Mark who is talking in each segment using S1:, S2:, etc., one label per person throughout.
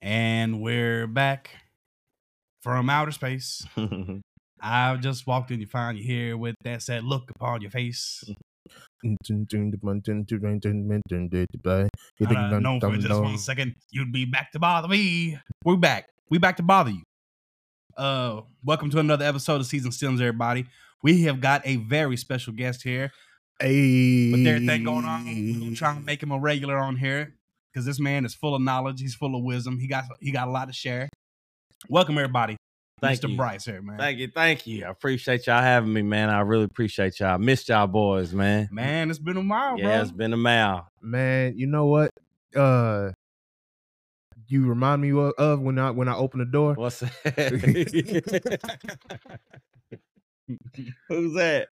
S1: And we're back from outer space. I've just walked in, you find you here with that sad look upon your face. Had I known for just one second you'd be back to bother me. We're back. We back to bother you. Uh, welcome to another episode of Season Stems, everybody. We have got a very special guest here. With everything going on, we're gonna try and make him a regular on here because this man is full of knowledge. He's full of wisdom. He got he got a lot to share. Welcome everybody,
S2: Thank
S1: Mr.
S2: you.
S1: Bryce here, man.
S2: Thank you, thank you. I appreciate y'all having me, man. I really appreciate y'all. Missed y'all boys, man.
S1: Man, it's been a while,
S2: yeah, it's
S1: bro.
S2: been a mile.
S3: man, you know what? Uh, you remind me of, of when I when I open the door.
S2: What's that? Who's that?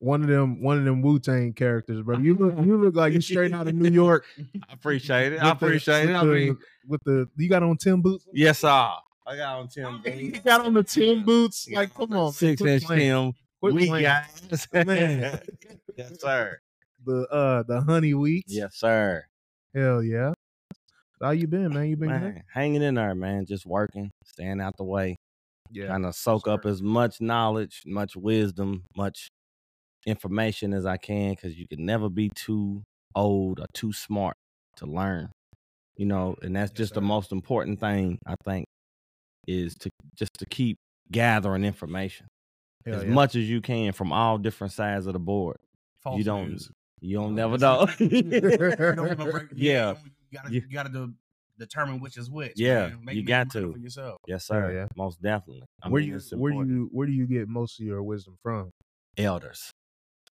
S3: One of them, one of them Wu Tang characters, bro. You look, you look like you straight out of New York.
S2: I appreciate it.
S3: with
S2: I
S3: the-
S2: appreciate it.
S3: with
S2: I mean,
S3: the- with the you got on Tim boots.
S2: yes, sir. I got on Tim.
S3: You
S2: Bean.
S3: got on the Tim boots. Like, come on, man,
S2: Six
S3: quit
S2: inch
S3: playing,
S2: Tim.
S3: quit
S2: Wheat
S3: playing.
S2: guys.
S3: Man.
S2: yes, sir.
S3: The uh, the honey wheats.
S2: Yes, sir.
S3: Hell yeah. How you been, man? You been good?
S2: Man, hanging in there, man. Just working, staying out the way.
S3: Yeah.
S2: trying to soak up as much knowledge, much wisdom, much information as I can because you can never be too old or too smart to learn. You know, and that's
S3: Yes,
S2: just the
S3: sir.
S2: most important thing I think is to just to keep gathering information
S3: Hell
S2: as
S3: yeah.
S2: much as you can from all different sides of the board.
S1: False
S2: you don't
S1: news.
S2: you don't
S1: Oh,
S2: never know.
S1: that's You don't remember-
S2: Yeah.
S1: you gotta,
S2: You-
S1: you gotta de- determine which is which.
S2: Yeah,
S1: man.
S2: you
S1: your
S2: got
S1: mind
S2: to.
S1: for yourself.
S2: yes,
S3: Hell
S2: sir.
S3: yeah.
S2: Most definitely. I
S3: where
S2: mean,
S3: you
S2: it's
S3: where
S2: important.
S3: you where do you get most of your wisdom from?
S2: elders?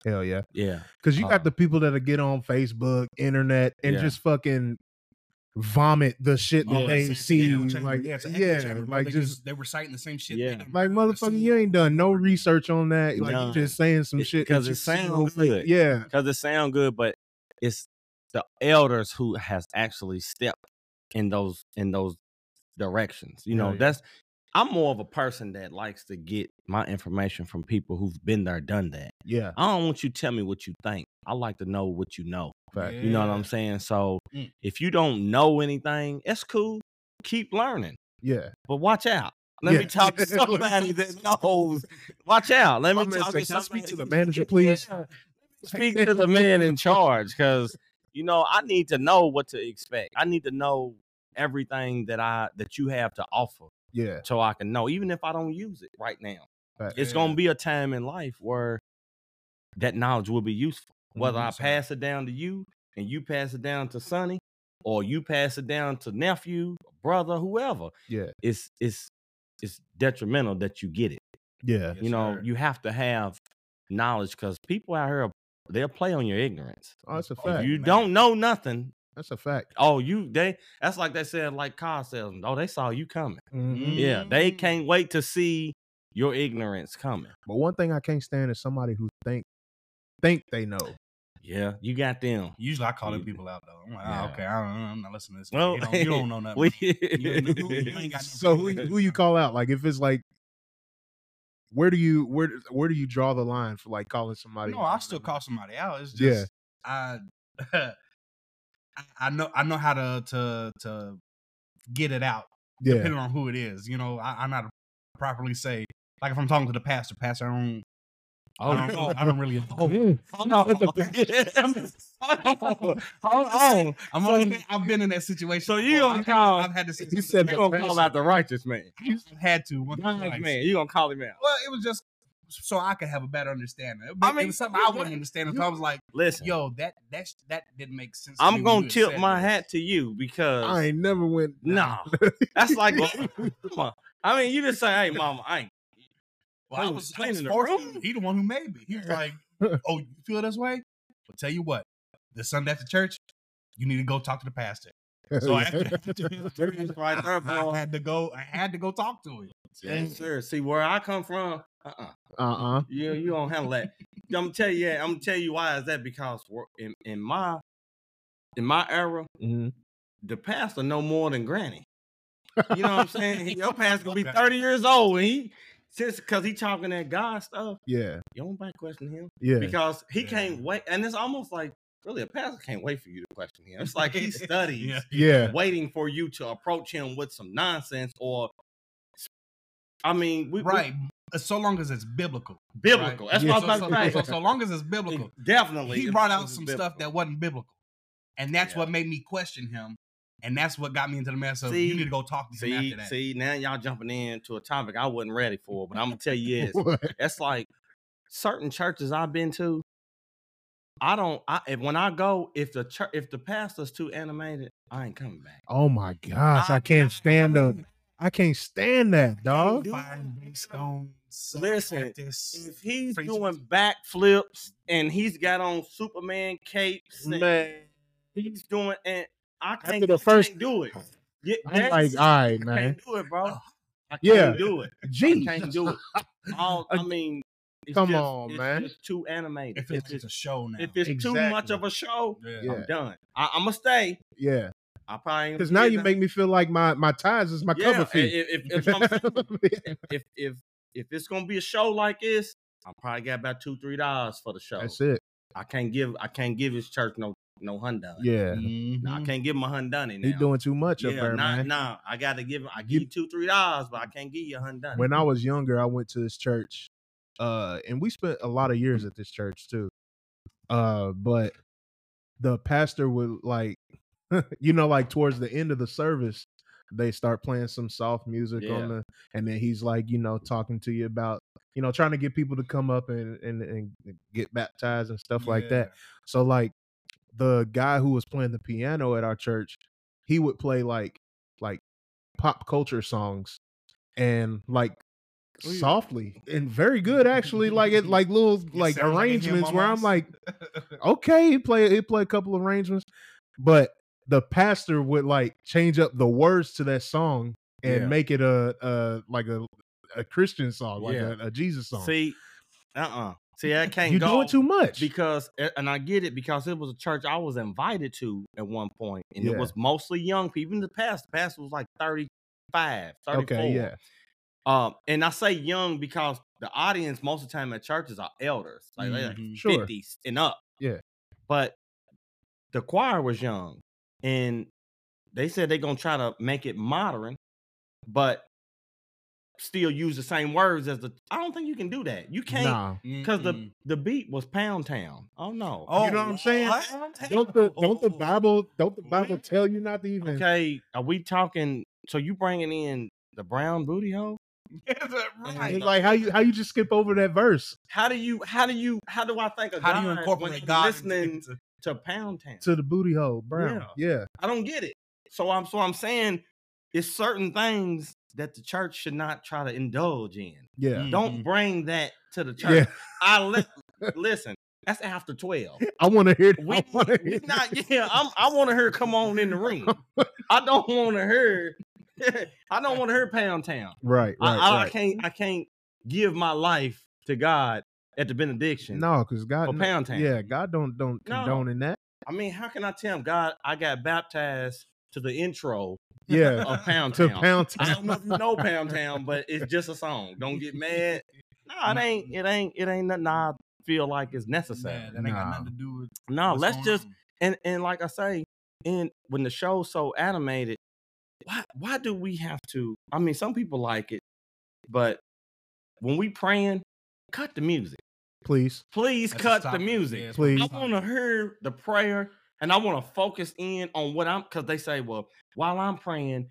S3: Hell yeah.
S2: Yeah.
S3: Because you got
S2: Uh,
S3: the people that'll get on Facebook, internet, and
S2: Yeah.
S3: just fucking vomit the shit that
S1: Oh,
S3: they
S1: it's an
S3: see.
S1: echo chamber.
S3: like,
S1: Yeah,
S3: yeah,
S1: it's an echo chamber, bro.
S3: like
S1: They
S3: just
S1: they were citing the same shit.
S2: Yeah.
S1: they done
S3: like
S1: heard, seen.
S3: motherfucker, you ain't done no research on that. Like
S2: None.
S3: you just saying some
S2: It-
S3: shit
S2: 'cause
S3: that
S2: it
S3: you see
S2: sound
S3: on-
S2: good.
S3: Yeah,
S2: because it sound good, but it's the elders who has actually stepped in those in those directions. You
S3: Hell
S2: know,
S3: yeah.
S2: that's I'm more of a person that likes to get my information from people who've been there, done that.
S3: yeah.
S2: I don't want you to tell me what you think. I like to know what you know.
S3: Fact.
S2: You know what I'm
S1: Yeah.
S2: saying? So
S1: Mm.
S2: if you don't know anything, it's cool. Keep learning.
S3: Yeah,
S2: But watch out. Let me
S3: Yeah.
S2: talk to somebody that knows. Watch out. Let
S3: My
S2: me
S3: man
S2: talk
S3: said,
S2: to
S3: "Can I
S2: somebody.
S3: speak to the manager, please?"
S2: Yeah. Speak to the man in charge because you know I need to know what to expect. I need to know everything that I that you have to offer
S3: yeah.
S2: so I can know, even if I don't use it right now.
S3: Fact.
S2: It's gonna be a time in life where that knowledge will be useful. Whether
S3: Mhm.
S2: I
S1: Yes, sir.
S2: pass it down to you and you pass it down to Sonny, or you pass it down to nephew, brother, whoever
S3: Yeah,
S2: it's it's it's detrimental that you get it.
S3: yeah,
S1: Yes,
S2: you know,
S1: sir.
S2: you have to have knowledge because people out here they'll play on your ignorance.
S3: Oh, that's a
S1: If
S3: fact.
S2: If you
S1: man.
S2: don't know nothing,
S3: That's a fact.
S2: oh you they that's like they said like car salesman. Oh, they saw you coming.
S3: Mhm.
S2: Yeah, they
S1: Mm.
S2: can't wait to see your ignorance coming.
S3: But one thing I can't stand is somebody who think think they know.
S2: Yeah, you got them.
S1: Usually I call them
S2: You-
S1: people out though. I'm like,
S2: Yeah.
S1: oh, okay, I don't, I'm not listening to this.
S2: Well,
S1: you, don't, you don't know nothing.
S2: We-
S1: You know, who- you ain't got no
S3: So who
S1: freaking-
S3: who you call out? Like if it's like where do you where where do you draw the line for like calling somebody?
S1: No, I still call somebody out. It's
S3: Yeah.
S1: just I, I, I know I know how to to to get it out,
S3: Yeah,
S1: depending on who it is. You know, I, I know how to properly say. Like if I'm talking to the pastor, pastor, I don't,
S2: Oh,
S1: I, don't
S2: no.
S1: I don't really.
S2: Hold on. Hold on.
S1: I'm only, I've been in that situation.
S2: So you
S1: before.
S2: gonna
S1: I've-
S2: call-
S1: I've had to say.
S3: you
S1: something
S3: said
S2: You
S1: back.
S2: gonna call out the righteous man.
S1: I've had to. once or
S2: God's
S1: twice.
S2: man. You gonna call him out.
S1: Well, it was just so I could have a better understanding. It,
S2: I
S1: I
S2: mean,
S1: it was something
S2: you
S1: I wouldn't
S2: got-
S1: understand.
S3: you-
S1: So I was like,
S2: Listen,
S1: yo, that that sh- that didn't make sense. to me
S2: I'm
S1: when
S2: gonna
S1: you had
S2: tip
S1: said
S2: my
S1: that.
S2: hat to you because
S3: I ain't never went.
S2: nah, that's like mama. I mean, you just say, "Hey, mama, I ain't."
S1: Well, I
S2: Clean-
S1: was, I
S2: clean
S1: was
S2: in the
S1: forced
S2: room.
S1: to. He the one who made me. He was like, oh, you feel this way? Well, tell you what, this Sunday after church, you need to go talk to the pastor. So I,
S2: right there, bro.
S1: I had to go. I had to go talk to him.
S2: Yes, sir. See where I come from. Uh-uh.
S3: uh-uh.
S2: You you don't handle that. I'm gonna tell you. Yeah, I'm gonna tell you why is that because we're- in in my in my era,
S3: Mhm.
S2: the pastor no more than granny. You know what I'm saying? He- Your pastor gonna be
S1: Okay.
S2: 30 years old, and he since because he talking that God stuff.
S3: Yeah,
S2: You don't back question him.
S3: yeah,
S2: because he
S1: Yeah.
S2: can't wait. And it's almost like really a pastor can't wait for you to question him. It's like he studies,
S1: Yeah.
S3: Yeah.
S2: waiting for you to approach him with some nonsense or, I mean, we, we-
S1: right. Uh, So long as it's biblical.
S2: biblical.
S1: right?
S2: That's
S3: Yeah.
S2: what I was
S1: so,
S2: about to
S1: so-
S2: say.
S1: so- so long as it's biblical.
S2: Definitely,
S1: He
S2: it
S1: brought out
S2: was
S1: some
S2: biblical.
S1: stuff that wasn't biblical. And that's
S2: Yeah.
S1: what made me question him. And that's what got me into the mess of
S2: See-
S1: you need to go talk to him
S2: See,
S1: after that.
S2: see, now y'all jumping into a topic I wasn't ready for, but I'm gonna tell you this.
S3: What?
S2: That's like certain churches I've been to. I don't. I if, when I go, if the church, if the pastor's too animated, I ain't coming back.
S3: Oh my gosh, I can't stand up. I can't stand that, dog.
S2: do
S1: Fine,
S2: that.
S1: based on some
S2: Listen,
S1: practice.
S2: If he's
S1: Preach.
S2: doing backflips and he's got on Superman capes, and
S3: Man.
S2: he's doing, and I can't,
S3: the
S2: I
S3: first-
S2: can't do it. Yeah,
S3: I'm like,
S2: that's-
S3: all right,
S2: I
S3: man.
S2: can't do it, bro. I can't
S3: Yeah.
S2: do it. I
S3: Gee.
S2: can't do it. All, I mean, it's
S3: Come
S2: just-
S3: on,
S2: it's
S3: man.
S2: just too animated.
S1: if
S2: If
S1: it's, a show now.
S2: If it's too much
S3: Exactly.
S2: of a show,
S1: yeah.
S3: Yeah.
S2: I'm done. I, I'm gonna stay.
S3: Yeah.
S2: I probably ain't gonna
S3: Because
S2: be
S3: now
S2: there
S3: you make me feel like my my ties is my
S2: yeah,
S3: cover fee.
S2: If if, if, I'm saying, if if if it's gonna be a show like this, I probably got about two three dollars for the show.
S3: That's it.
S2: I can't give I can't give his church no no hundred.
S3: Yeah. Mm-hmm.
S2: Nah,
S1: Mm-hmm.
S2: I can't give him a hundred.
S3: He doing too much up
S2: yeah,
S3: there,
S2: nah,
S3: man.
S2: nah. I gotta give. I
S3: You- Mm.
S2: give you two three dollars, but I can't give you a hundred.
S3: When I was younger, I went to this church, uh, and we spent a lot of years at this church too. Uh, but the pastor would like, you know, like towards the end of the service, they start playing some soft music
S2: Yeah.
S3: on the, and then he's like, you know, talking to you about, you know, trying to get people to come up and and, and get baptized and stuff like that. So like the guy who was playing the piano at our church, he would play like like pop culture songs and like
S2: Oh,
S1: Ooh.
S3: softly and very good actually like it like little
S1: sounds like
S3: like
S1: it's him
S3: arrangements where I'm
S1: almost.
S3: like okay he play he play a couple arrangements but the pastor would like change up the words to that song and
S2: Yeah.
S3: make it a a like a a Christian song like
S2: Yeah.
S3: a, a Jesus song
S2: see, uh uh See, I can't
S3: you
S2: go.
S3: doing too much
S2: because a- and I get it because it was a church I was invited to at one point, and
S3: Yeah.
S2: it was mostly young people. Even the pastor, the pastor was like 35, 34.
S3: okay yeah
S2: Um, and I say young because the audience most of the time at churches are elders, like they're like
S1: Mhm.
S3: sure
S2: 50s and up.
S3: Yeah.
S2: But the choir was young, and they said they're gonna try to make it modern, but still use the same words as the. I don't think you can do that. You can't.
S3: nah
S1: Mm-hmm.
S2: Because the,
S1: Mm-mm.
S2: the beat was Pound Town. Oh no.
S1: Oh,
S3: know what I'm saying?
S1: what?
S3: don't the don't the
S1: Oh.
S3: Bible don't the Bible
S1: Really?
S3: tell you not to even?
S2: okay. Are we talking? So you bringing in the brown booty hole?
S1: Yeah, that-
S2: I
S3: It's
S1: right.
S2: know.
S3: like how you how you just skip over that verse
S2: How do you? How do you? How do I think of
S1: How
S2: God
S1: do you
S2: when
S1: incorporate
S2: I'm
S1: God into-
S2: listening
S1: into-
S2: to Pound Town?
S3: to the booty hole, Brown. Yeah,
S2: I don't get it. So I'm so I'm saying it's certain things that the church should not try to indulge in.
S3: yeah,
S2: Don't bring that to the
S3: Mm-hmm. yeah.
S2: church. I li- listen. That's after twelve.
S3: I want to hear.
S2: We,
S3: I want to
S2: we
S3: hear.
S2: not, yeah, I'm, I want to hear come on in the ring. I don't want to hear, I don't want to hear Pound Town.
S3: right, right,
S2: I, I, I
S3: right.
S2: can't, I can't give my life to God at the benediction.
S3: No, because God.
S2: for
S3: no-
S2: Oh, Pound Town.
S3: Yeah, God don't don't
S2: No.
S3: condone in that.
S2: I mean, how can I tell him, God, I got baptized to the intro
S3: Yeah,
S2: of Oh, Pound
S3: to
S2: Town?
S3: Pound
S2: I don't know if
S3: Town.
S2: you know Pound Town, but it's just a song. Don't get mad. No, it ain't, it ain't, it ain't nothing I feel like is necessary.
S1: Yeah, that ain't got nothing to do with.
S2: no,
S1: what's
S2: Oh, let's
S1: going
S2: just
S1: on.
S2: and and like I say, and when the show's so animated, why why do we have to? I mean, some people like it, but when we praying, cut the music.
S3: Please,
S2: Please
S1: Let's
S2: cut
S1: stop
S2: the
S1: it.
S2: music.
S1: Yeah, let's
S3: Please.
S2: I
S1: stop
S2: want to
S1: it.
S2: hear the prayer, and I want to focus in on what I'm because they say, well, while I'm praying,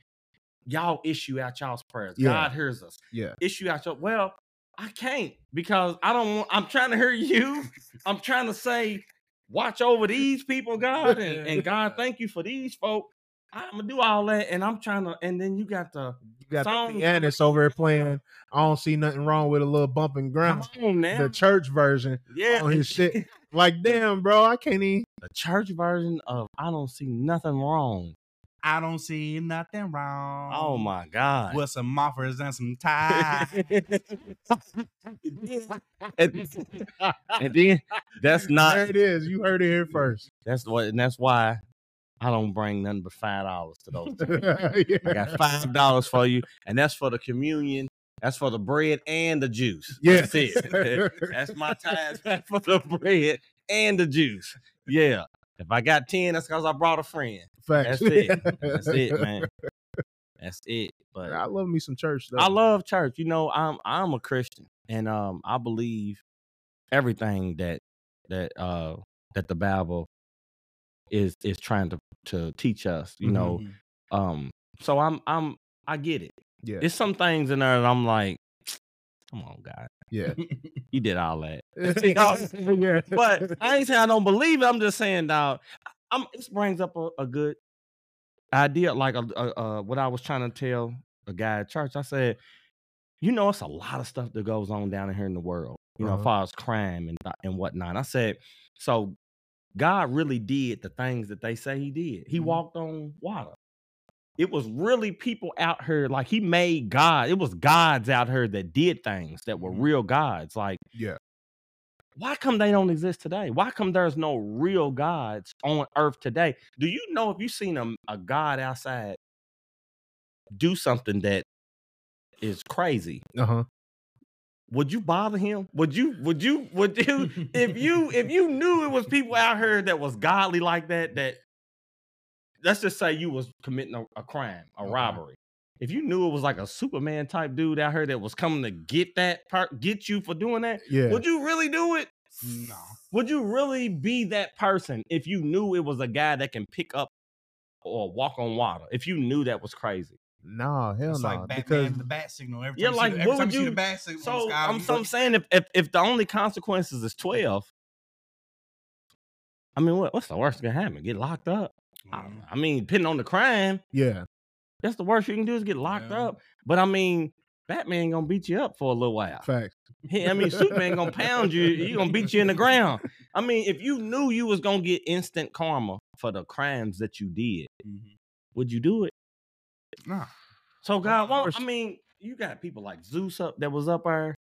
S2: y'all issue out y'all's prayers.
S3: Yeah.
S2: God hears us.
S3: Yeah.
S2: issue out your well. I can't because I don't want. I'm trying to hear you. I'm trying to say, watch over these people, God, and, and God, thank you for these folk. I'm gonna do all that, and I'm trying to. And then you got the
S3: you got
S2: Song-
S3: the pianist over here playing. I don't see nothing wrong with a little bump
S2: come
S3: and grind.
S2: on now,
S3: The church version,
S2: yeah,
S3: on his shit. like damn, bro, I can't even.
S2: the church version of I don't see nothing wrong.
S1: I don't see nothing wrong.
S2: Oh
S3: Um,
S2: my God.
S1: With some moffers and some ties.
S2: and, and then that's
S3: there
S2: not
S3: it is. You heard it here first.
S2: that's what and that's why I don't bring nothing but five dollars to those. things. I
S3: yeah.
S2: got five dollars for you, and that's for the communion. That's for the bread and the juice.
S3: Yeah.
S2: That's it. that's my tithes for the bread and the juice. Yeah. If I got 10, that's because I brought a friend.
S3: Facts.
S2: That's it. That's it, man. That's it. But
S3: I love me some church though.
S2: I love church. You know, I'm I'm a Christian, and um, I believe everything that that uh that the Bible is is trying to to teach us. You know,
S1: Mhm.
S2: um, so I'm I'm I get it.
S3: Yeah.
S2: There's some things in there that I'm like, come on, God,
S3: yeah.
S2: you did all that.
S3: yeah.
S2: But I ain't saying I don't believe it. I'm just saying, dog. I'm, this brings up a, a good idea, like a, a, a, what I was trying to tell a guy at church. I said, you know, it's a lot of stuff that goes on down here in the world, you know,
S3: Uh-huh.
S2: as far as crime and th- and whatnot. I said, so God really did the things that they say He did. He
S1: Mhm.
S2: walked on water. It was really people out here, like He made God. It was gods out here that did things that were
S1: Mhm.
S2: real gods, like
S3: yeah.
S2: why come they don't exist today? Why come there's no real gods on earth today? Do you know if you seen a, a god outside do something that is crazy,
S3: Uh huh.
S2: would you bother him? Would you would you would you if you if you knew it was people out here that was godly like that that let's just say you was committing a, a crime, a
S1: Okay.
S2: robbery. If you knew it was like a Superman type dude out here that was coming to get that per- get you for doing that,
S3: Yeah.
S2: would you really do it?
S1: No.
S2: Would you really be that person if you knew it was a guy that can pick up or walk on water? If you knew that was crazy.
S3: nah, hell no.
S1: It's like Batman,
S3: because
S1: the bat signal. Every
S2: Yeah,
S1: time
S2: like,
S1: you see, the- every
S2: what
S1: time
S2: would
S1: you see the
S2: you-
S1: bat signal on the
S2: So
S1: sky,
S2: I'm,
S1: you-
S2: so I'm saying if, if if the only consequences is twelve, I mean what, what's the worst that can happen? Get locked up. I,
S1: Mhm.
S2: I mean, depending on the crime,
S3: yeah,
S2: that's the worst you can do is get locked
S1: Yeah.
S2: up. But I mean, Batman gonna beat you up for a little while.
S3: facts.
S2: He- I mean, Superman gonna pound you. He gonna beat you in the ground. I mean, if you knew you was gonna get instant karma for the crimes that you did,
S1: Mhm.
S2: would you do it?
S1: Nah.
S2: So
S1: Of
S2: God, won't, I
S1: course.
S2: mean, you got people like Zeus up that was up there.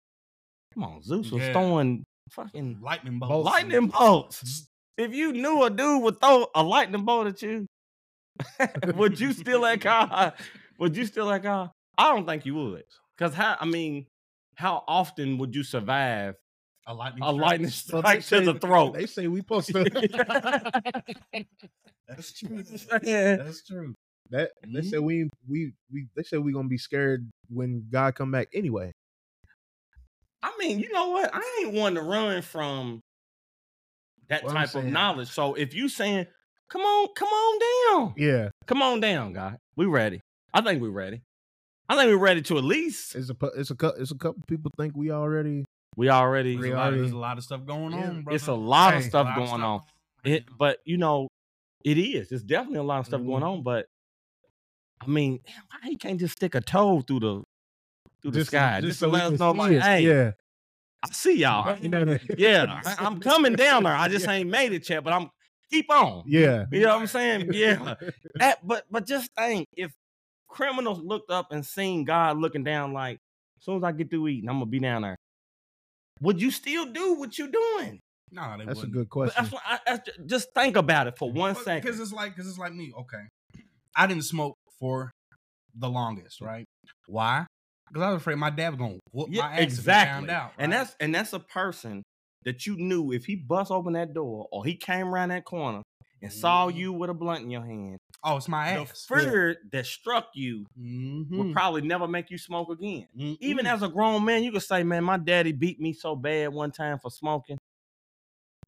S2: Come on, Zeus was
S1: Yeah.
S2: throwing fucking
S1: lightning bolts.
S2: lightning bolts. If you knew a dude would throw a lightning bolt at you, would you still like God? Would you still like God? I don't think you would. Cause how? I mean, how often would you survive
S1: A lightning.
S2: a
S1: strike.
S2: lightning
S3: So they
S2: strike to
S3: say-
S2: the throat?
S3: They say we supposed to.
S1: That's true.
S2: Yeah.
S1: That's true.
S3: That they
S2: Mm-hmm.
S3: said we we we they said we gonna be scared when God come back anyway.
S2: I mean, you know what? I ain't one to run from that
S3: What I'm
S2: type of
S3: saying.
S2: knowledge. So if you saying, come on, come on down.
S3: Yeah,
S2: Come on down, God. We ready. I think we ready. I think we're ready to at least
S3: it's a pu- it's a cou- it's a couple people think we already.
S2: we already
S1: There's a, lot, there's
S3: already-
S1: a lot of stuff going
S3: Yeah.
S1: on, bro.
S2: it's a lot of
S3: Hey,
S2: stuff going on. It, but you know, it is. It's definitely a lot of stuff going
S3: Mhm.
S2: on, but I mean, damn, why you can't just stick a toe through the through the
S3: just-
S2: sky? Just,
S3: just
S2: to
S3: so we
S2: let us
S3: can
S2: know
S3: see
S2: like,
S3: it.
S2: hey,
S3: yeah,
S2: I see y'all.
S3: You know that-
S2: Yeah, I, am coming down there. I just ain't made it yet, but I'm keep on.
S3: Yeah,
S2: You know what I'm saying? Yeah. That- but but just think if criminals looked up and seen God looking down, like as soon as I get through eating, I'm gonna be down there. Would you still do what you're doing?
S1: Nah, they
S3: that's a
S1: wouldn't.
S3: good
S2: But
S3: question.
S2: that's what I, that's ju- just think about it for one second.
S1: Because it's like, because it's like me. Okay, I didn't smoke for the longest, right? Why? Because I was afraid my dad was gonna whoop
S2: Yeah,
S1: my ass if he
S2: exactly.
S1: found out.
S2: And
S1: right?
S2: that's and that's a person that you knew if he bust open that door or he came around that corner and saw
S1: Mhm.
S2: you with a blunt in your hand,
S1: oh, it's my
S2: the
S1: ass. Mm-hmm.
S2: fear that struck you
S1: Hmm.
S2: would probably never make you smoke again. Even
S3: Mm.
S2: as a grown man, you could say, "Man, my daddy beat me so bad one time for smoking.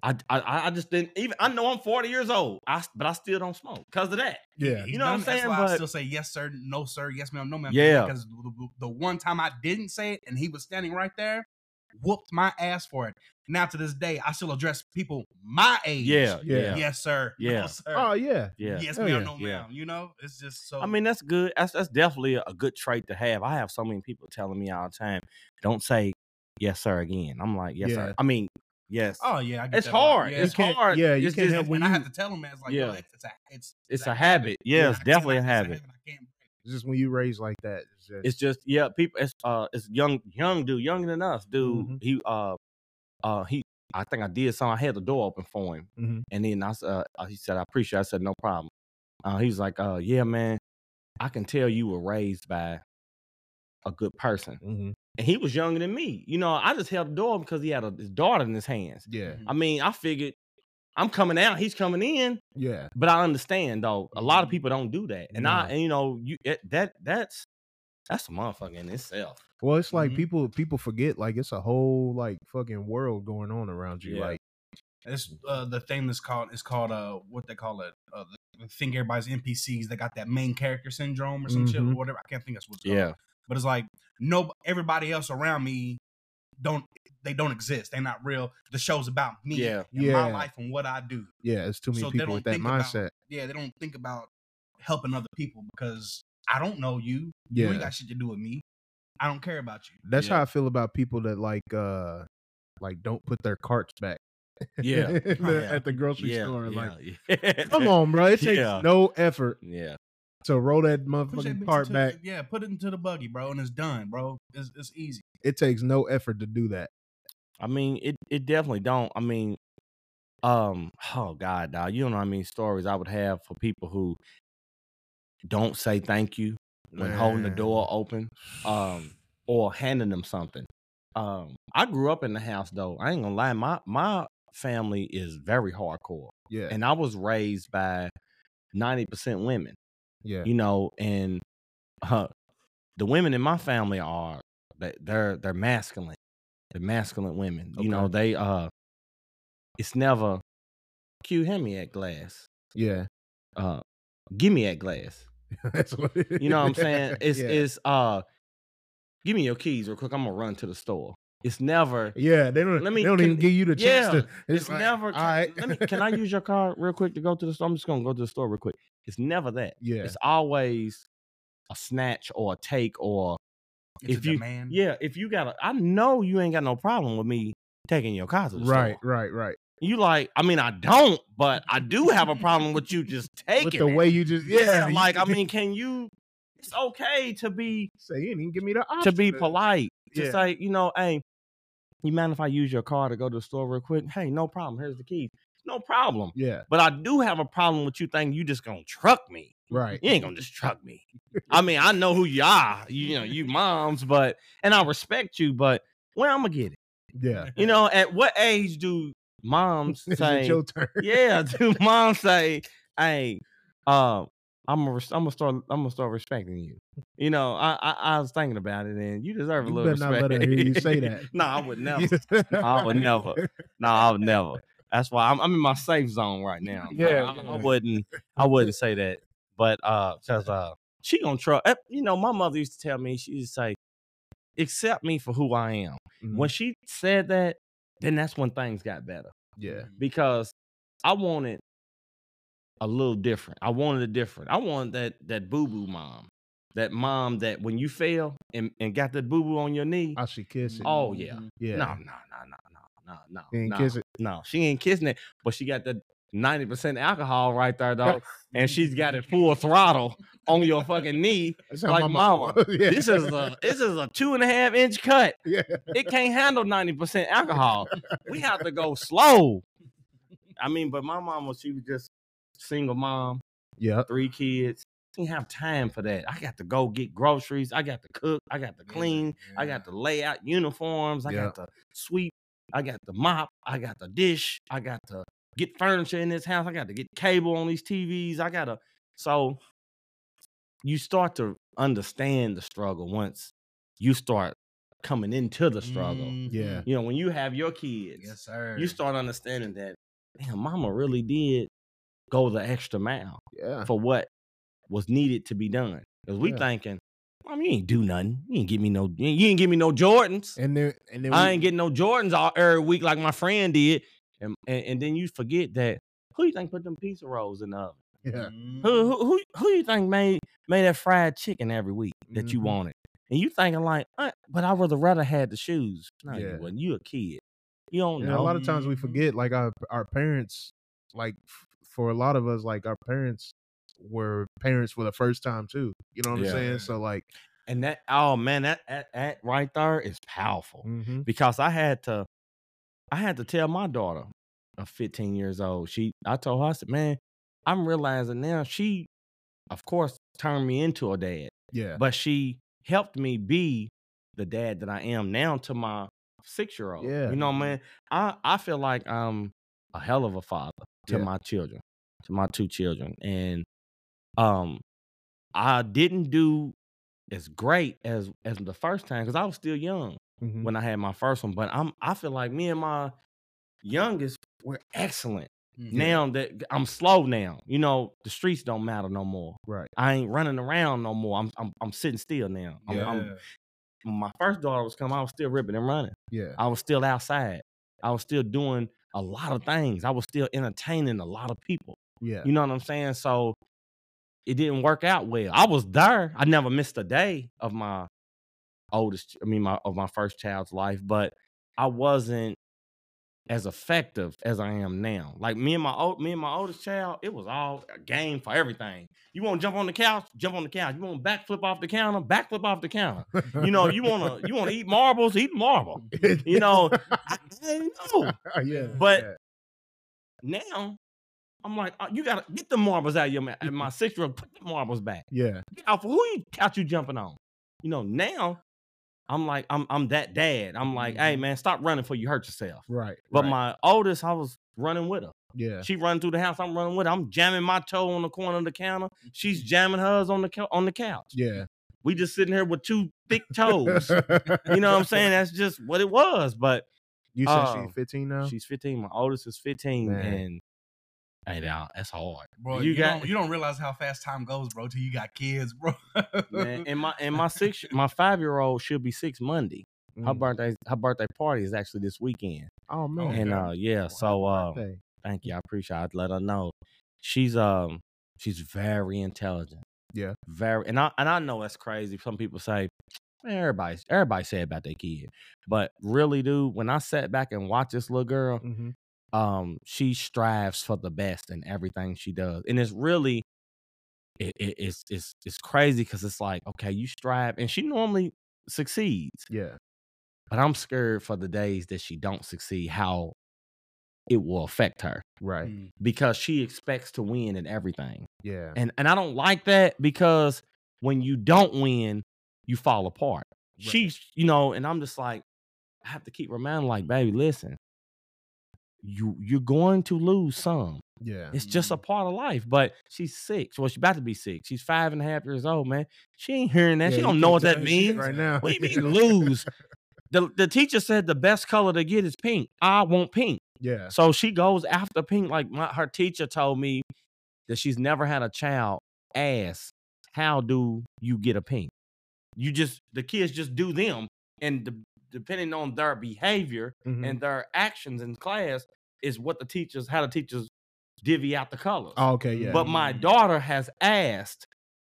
S2: I, I, I just didn't even. I know I'm 40 years old, I, s- but I still don't smoke because of that.
S3: yeah,
S2: you know what I'm
S1: That's
S2: saying?
S1: why I
S2: But-
S1: still say yes, sir, no, sir, yes, ma'am, no, ma'am.
S2: Yeah.
S1: Because the, the one time I didn't say it and he was standing right there, whooped my ass for it. Now to this day, I still address people my age.
S2: Yeah,
S3: Yeah.
S2: yeah, yeah,
S1: Yes, sir. no,
S2: Yeah.
S1: sir.
S3: oh yeah,
S2: yeah.
S1: Yes,
S3: Hell
S1: ma'am,
S3: yeah.
S1: no,
S2: Yeah.
S1: ma'am. You know, it's just so.
S2: I mean, that's good. That's that's definitely a good trait to have. I have so many people telling me all the time, "Don't say yes, sir." Again, I'm like, "Yes,
S3: Yeah.
S2: sir." I mean, yes.
S1: oh yeah, I get
S2: it's
S1: that a lot.
S2: hard.
S1: Yeah.
S2: It's
S3: You can't-
S2: hard.
S3: yeah, you
S2: it's
S3: can't
S2: just,
S3: help
S1: and
S3: when
S1: I
S3: you-
S1: have to tell him that it's like, yeah.
S2: Yeah.
S1: it's a, it's,
S2: it's a habit. Yeah,
S1: I
S2: it's
S1: can't-
S2: definitely a
S1: it's
S2: habit.
S1: I can't
S3: It's just when you raise like that, it's just,
S2: It's just yeah, people. It's uh, it's young, young dude, younger than us, dude.
S3: Mhm.
S2: He uh, uh, he. I think I did something. I had the door open for him,
S3: Mhm.
S2: and then I s- uh, uh, he said, "I appreciate." it." I said, "No problem." Uh, he was like, "Uh, yeah, man, I can tell you were raised by a good person."
S3: Mhm.
S2: And he was younger than me. You know, I just held the door because he had a, his daughter in his hands.
S3: yeah,
S1: Mhm.
S2: I mean, I figured I'm coming out, he's coming in.
S3: Yeah.
S2: But I understand though, a lot of people don't do that, and I,
S3: Mm-hmm. No.
S2: and, you know, you it, that that's that's a motherfucker in itself.
S3: Well, it's like
S1: Mhm.
S3: people people forget like it's a whole like fucking world going on around you.
S2: Yeah.
S3: Like
S1: It's uh, the thing that's called it's called uh what they call it uh, the, the thing everybody's NPCs they got that main character syndrome or some shit
S2: Mm-hmm.
S1: or
S3: Mhm.
S1: whatever I can't think that's what it's called. but it's like no everybody else around me don't they don't exist they're not real the show's about me
S2: Yeah.
S1: and my
S3: Yeah.
S1: life and what I do
S3: yeah, it's too many
S1: So they
S3: people with
S1: don't
S3: that
S1: think about-
S3: mindset.
S1: yeah they don't think about helping other people because I don't know you you
S3: yeah.
S1: ain't got shit to do with me I don't care about you
S3: That's
S2: Yeah.
S3: how I feel about people that like uh like don't put their carts back.
S2: Yeah.
S1: Oh,
S3: at the-
S2: Yeah.
S3: at the grocery
S2: yeah,
S3: store. Like
S2: yeah.
S3: come on, bro. It takes
S2: Yeah.
S3: no effort
S2: yeah,
S3: to roll that
S1: Push that
S3: motherfucking
S1: bitch
S3: cart
S1: into-
S3: back.
S1: yeah put it into the buggy bro and it's done bro it's, it's easy
S3: It takes no effort to do that.
S2: I mean, it it definitely don't. I mean, um, oh god, dog, you know what I mean? Stories I would have for people who don't say thank you when holding the
S3: Man.
S2: door open, um, or handing them something. Um, I grew up in the house though. I ain't gonna lie, my my family is very hardcore,
S3: Yeah.
S2: and I was raised by ninety percent women.
S3: yeah.
S2: you know, and uh, the women in my family are they- they're they're masculine, they're masculine women. You know,
S3: Okay.
S2: they uh, it's never cue him at glass,
S3: yeah.
S2: uh, give me at glass.
S3: That's what it
S2: You know what I'm saying? It's
S3: is. yeah.
S2: it's uh, give me your keys real quick. I'm gonna run to the store. It's never.
S3: yeah, they don't
S2: Let
S3: let
S2: me
S3: me, they don't even
S2: con-
S3: give you the chance
S2: yeah,
S3: to
S2: It's,
S3: like,
S2: never.
S3: all right.
S2: Let me, can I use your car real quick to go to the store? I'm just gonna go to the store real quick. It's never that.
S3: yeah.
S2: It's always a snatch or a take or
S1: it's a
S2: If you-
S3: Mm-hmm.
S1: demand
S2: Yeah, if you got a, I know you ain't got no problem with me taking your car to the
S3: Right,
S2: store.
S3: right, right.
S2: You like, I mean, I don't, but I do have a problem with you just taking
S3: With the
S2: it.
S3: way you just yeah, you
S2: like I mean, can you? It's okay to be
S3: say you didn't even give me the option
S2: to be polite. To
S3: Yeah.
S2: say, you know, hey, you mind if I use your car to go to the store real quick? Hey, no problem. Here's the keys. No problem.
S3: Yeah,
S2: But I do have a problem with you thinking you just gonna truck me.
S3: right.
S2: You ain't gonna just truck me. I mean, I know who you are. You know, you moms, but and I respect you, but where I'm gonna get it.
S3: Yeah.
S2: You know, at what age do moms
S3: Is it
S2: say?
S3: your turn?
S2: yeah, do moms say, "Hey, um, I'm gonna, res- I'm gonna start, I'm gonna start respecting you." You know, I, I, I was thinking about it, and you deserve a
S3: You
S2: little
S3: better not
S2: respect.
S3: let her hear you say that.
S2: no, I would never. I would never. No, I would never. That's why I'm, I'm in my safe zone right now. Like,
S3: Yeah,
S2: I, I
S3: yeah.
S2: wouldn't. I wouldn't say that. But uh, cause uh, she gonna try. eh, You know, my mother used to tell me. She used to say, "Accept me for who I am."
S3: Mm-hmm.
S2: When she said that, then that's when things got better
S3: yeah,
S1: Mm-hmm.
S2: because I wanted a little different. I wanted it different. I wanted that that boo boo mom, that mom that when you fail and, and got that boo boo on your knee.
S3: I should kiss it.
S2: Oh yeah,
S1: Mm-hmm.
S3: yeah.
S2: no, no, no, no, no, no,
S3: You ain't
S2: no.
S3: kiss it.
S2: No, she ain't kissing it, but she got the 90% alcohol right there, though. and she's got it full throttle on your fucking knee.
S3: That's how
S2: Like
S3: my
S2: mama.
S3: was. yeah.
S2: This is a this is a two and a half inch cut.
S3: yeah.
S2: It can't handle 90% alcohol. We have to go slow. I mean, but my mama, she was just single mom,
S3: Yep.
S2: three kids. Didn't have time for that. I got to go get groceries. I got to cook. I got to clean. I got to lay out uniforms. I got to sweep. I got to mop. I got to dish. I got to get furniture in this house. I got to get cable on these TVs. I got to. So you start to understand the struggle once you start coming into the struggle.
S3: Yeah.
S2: You know, when you have your kids,
S1: Mm-hmm. yes sir
S2: you start understanding that, damn, mama really did go the extra mile
S3: Yeah.
S2: for what was needed to be done. Because we
S3: Uh. Yeah.
S2: thinking, Mom, you ain't do nothing. You ain't give me no, you ain't give me no Jordans.
S3: And then and then
S2: I
S3: we-
S2: ain't getting no Jordans all every week like my friend did. And, and, and then you forget that who you think put them pizza rolls in the oven?
S3: Yeah.
S1: Mm-hmm.
S2: Who who who, who you think made made that fried chicken every week that you
S3: Mhm.
S2: wanted? And you thinking like, uh, but I would have rather had the shoes. No,
S3: Yeah.
S2: you wouldn't. You a kid. You don't
S3: And
S2: know.
S3: a lot of times we
S1: Mhm.
S3: forget, like our our parents, like f- for a lot of us, like our parents were parents for the first time too. You know what
S2: Yeah.
S3: I'm saying? So like,
S2: and that oh man, that, that that right there is powerful.
S3: mhm,
S2: because I had to, I had to tell my daughter, of 15 years old. She, I told her, I said, man, I'm realizing now she, of course, turned me into a dad,
S3: yeah,
S2: but she helped me be the dad that I am now to my six year old.
S3: Yeah.
S2: You know, man, I I feel like um a hell of a father to
S3: Yeah.
S2: my children, to my two children. And um I didn't do as great as as the first time because I was still young
S3: Mhm.
S2: when I had my first one. But I'm I feel like me and my youngest were excellent.
S1: Mm-hmm.
S2: Now that I'm slow now, you know, the streets don't matter no more.
S3: right.
S2: I ain't running around no more. I'm I'm, I'm sitting still now. I'm, I'm- when my first daughter was coming, I was still ripping and running.
S3: Yeah.
S2: I was still outside. I was still doing a lot of things. I was still entertaining a lot of people.
S3: Yeah.
S2: You know what I'm saying? So it didn't work out well. I was there. I never missed a day of my oldest, I mean, my of my first child's life, but I wasn't as effective as I am now. Like me and my old, me and my oldest child, it was all a game for everything. You want to jump on the couch? Jump on the couch. You want to backflip off the counter? Backflip off the counter. You know, you want to you want to eat marbles? Eat marble. You know, I, I didn't know.
S3: Oh, yeah.
S2: But-
S3: yeah.
S2: Now I'm like, "Oh, you gotta get the marbles out of your mouth. And my six year old put the marbles back.
S3: yeah.
S2: Get off who you couch you jumping on. You know, now I'm like, I'm I'm that dad. I'm like, hey man, stop running for you hurt yourself.
S3: Right.
S2: But
S3: right.
S2: my oldest, I was running with her.
S3: yeah.
S2: She running through the house. I'm running with her. I'm jamming my toe on the corner of the counter. She's jamming hers on the cou- on the couch.
S3: Yeah.
S2: We just sitting here with two thick toes. you know what I'm saying? That's just what it was. But
S3: You said
S2: Um,
S3: she's 15 now?
S2: she's 15. My oldest is 15,
S3: Man.
S2: and hey, now that's hard.
S1: Bro,
S2: You
S1: you,
S2: got-
S1: don't, you don't realize how fast time goes, bro, till you got kids, bro.
S2: Man, and my and my six my five year old she'll be six Monday. Her
S3: Mm.
S2: birthday her birthday party is actually this weekend.
S3: Oh man.
S2: And
S1: Okay.
S2: uh yeah,
S3: Well,
S2: so uh
S3: happy birthday.
S2: thank you. I appreciate it. I'd let her know. She's um she's very intelligent.
S3: Yeah.
S2: Very and I and I know that's crazy. Some people say, Man, everybody's everybody say about their kid. But really, dude, when I sat back and watched this little girl,
S3: Mhm.
S2: um, she strives for the best in everything she does. And it's really it, it, it's it's it's crazy because it's like, okay, you strive and she normally succeeds.
S3: Yeah.
S2: But I'm scared for the days that she don't succeed, how it will affect her
S3: Right.
S2: because she expects to win in everything.
S3: Yeah.
S2: And and I don't like that because when you don't win, you fall apart. She's, you know, and I'm just like, I have to keep reminding, like, baby, listen, you you're going to lose some.
S3: Yeah.
S2: It's just a part of life. But she's six. Well, she's about to be six. She's five and a half years old, man. She ain't hearing that. she
S3: Yeah, you
S2: don't know what
S3: can't tell
S2: that
S3: her shit
S2: means.
S3: Right now.
S2: What do you mean lose? The the teacher said the best color to get is pink. I want pink.
S3: Yeah.
S2: So she goes after pink. Like my her teacher told me that she's never had a child ask, how do you get a pink? You just the kids just do them. And de- depending on their behavior
S3: Mhm.
S2: and their actions in class is what the teachers, how the teachers divvy out the colors.
S3: Oh, okay. Yeah.
S2: But my
S1: Mm.
S2: daughter has asked,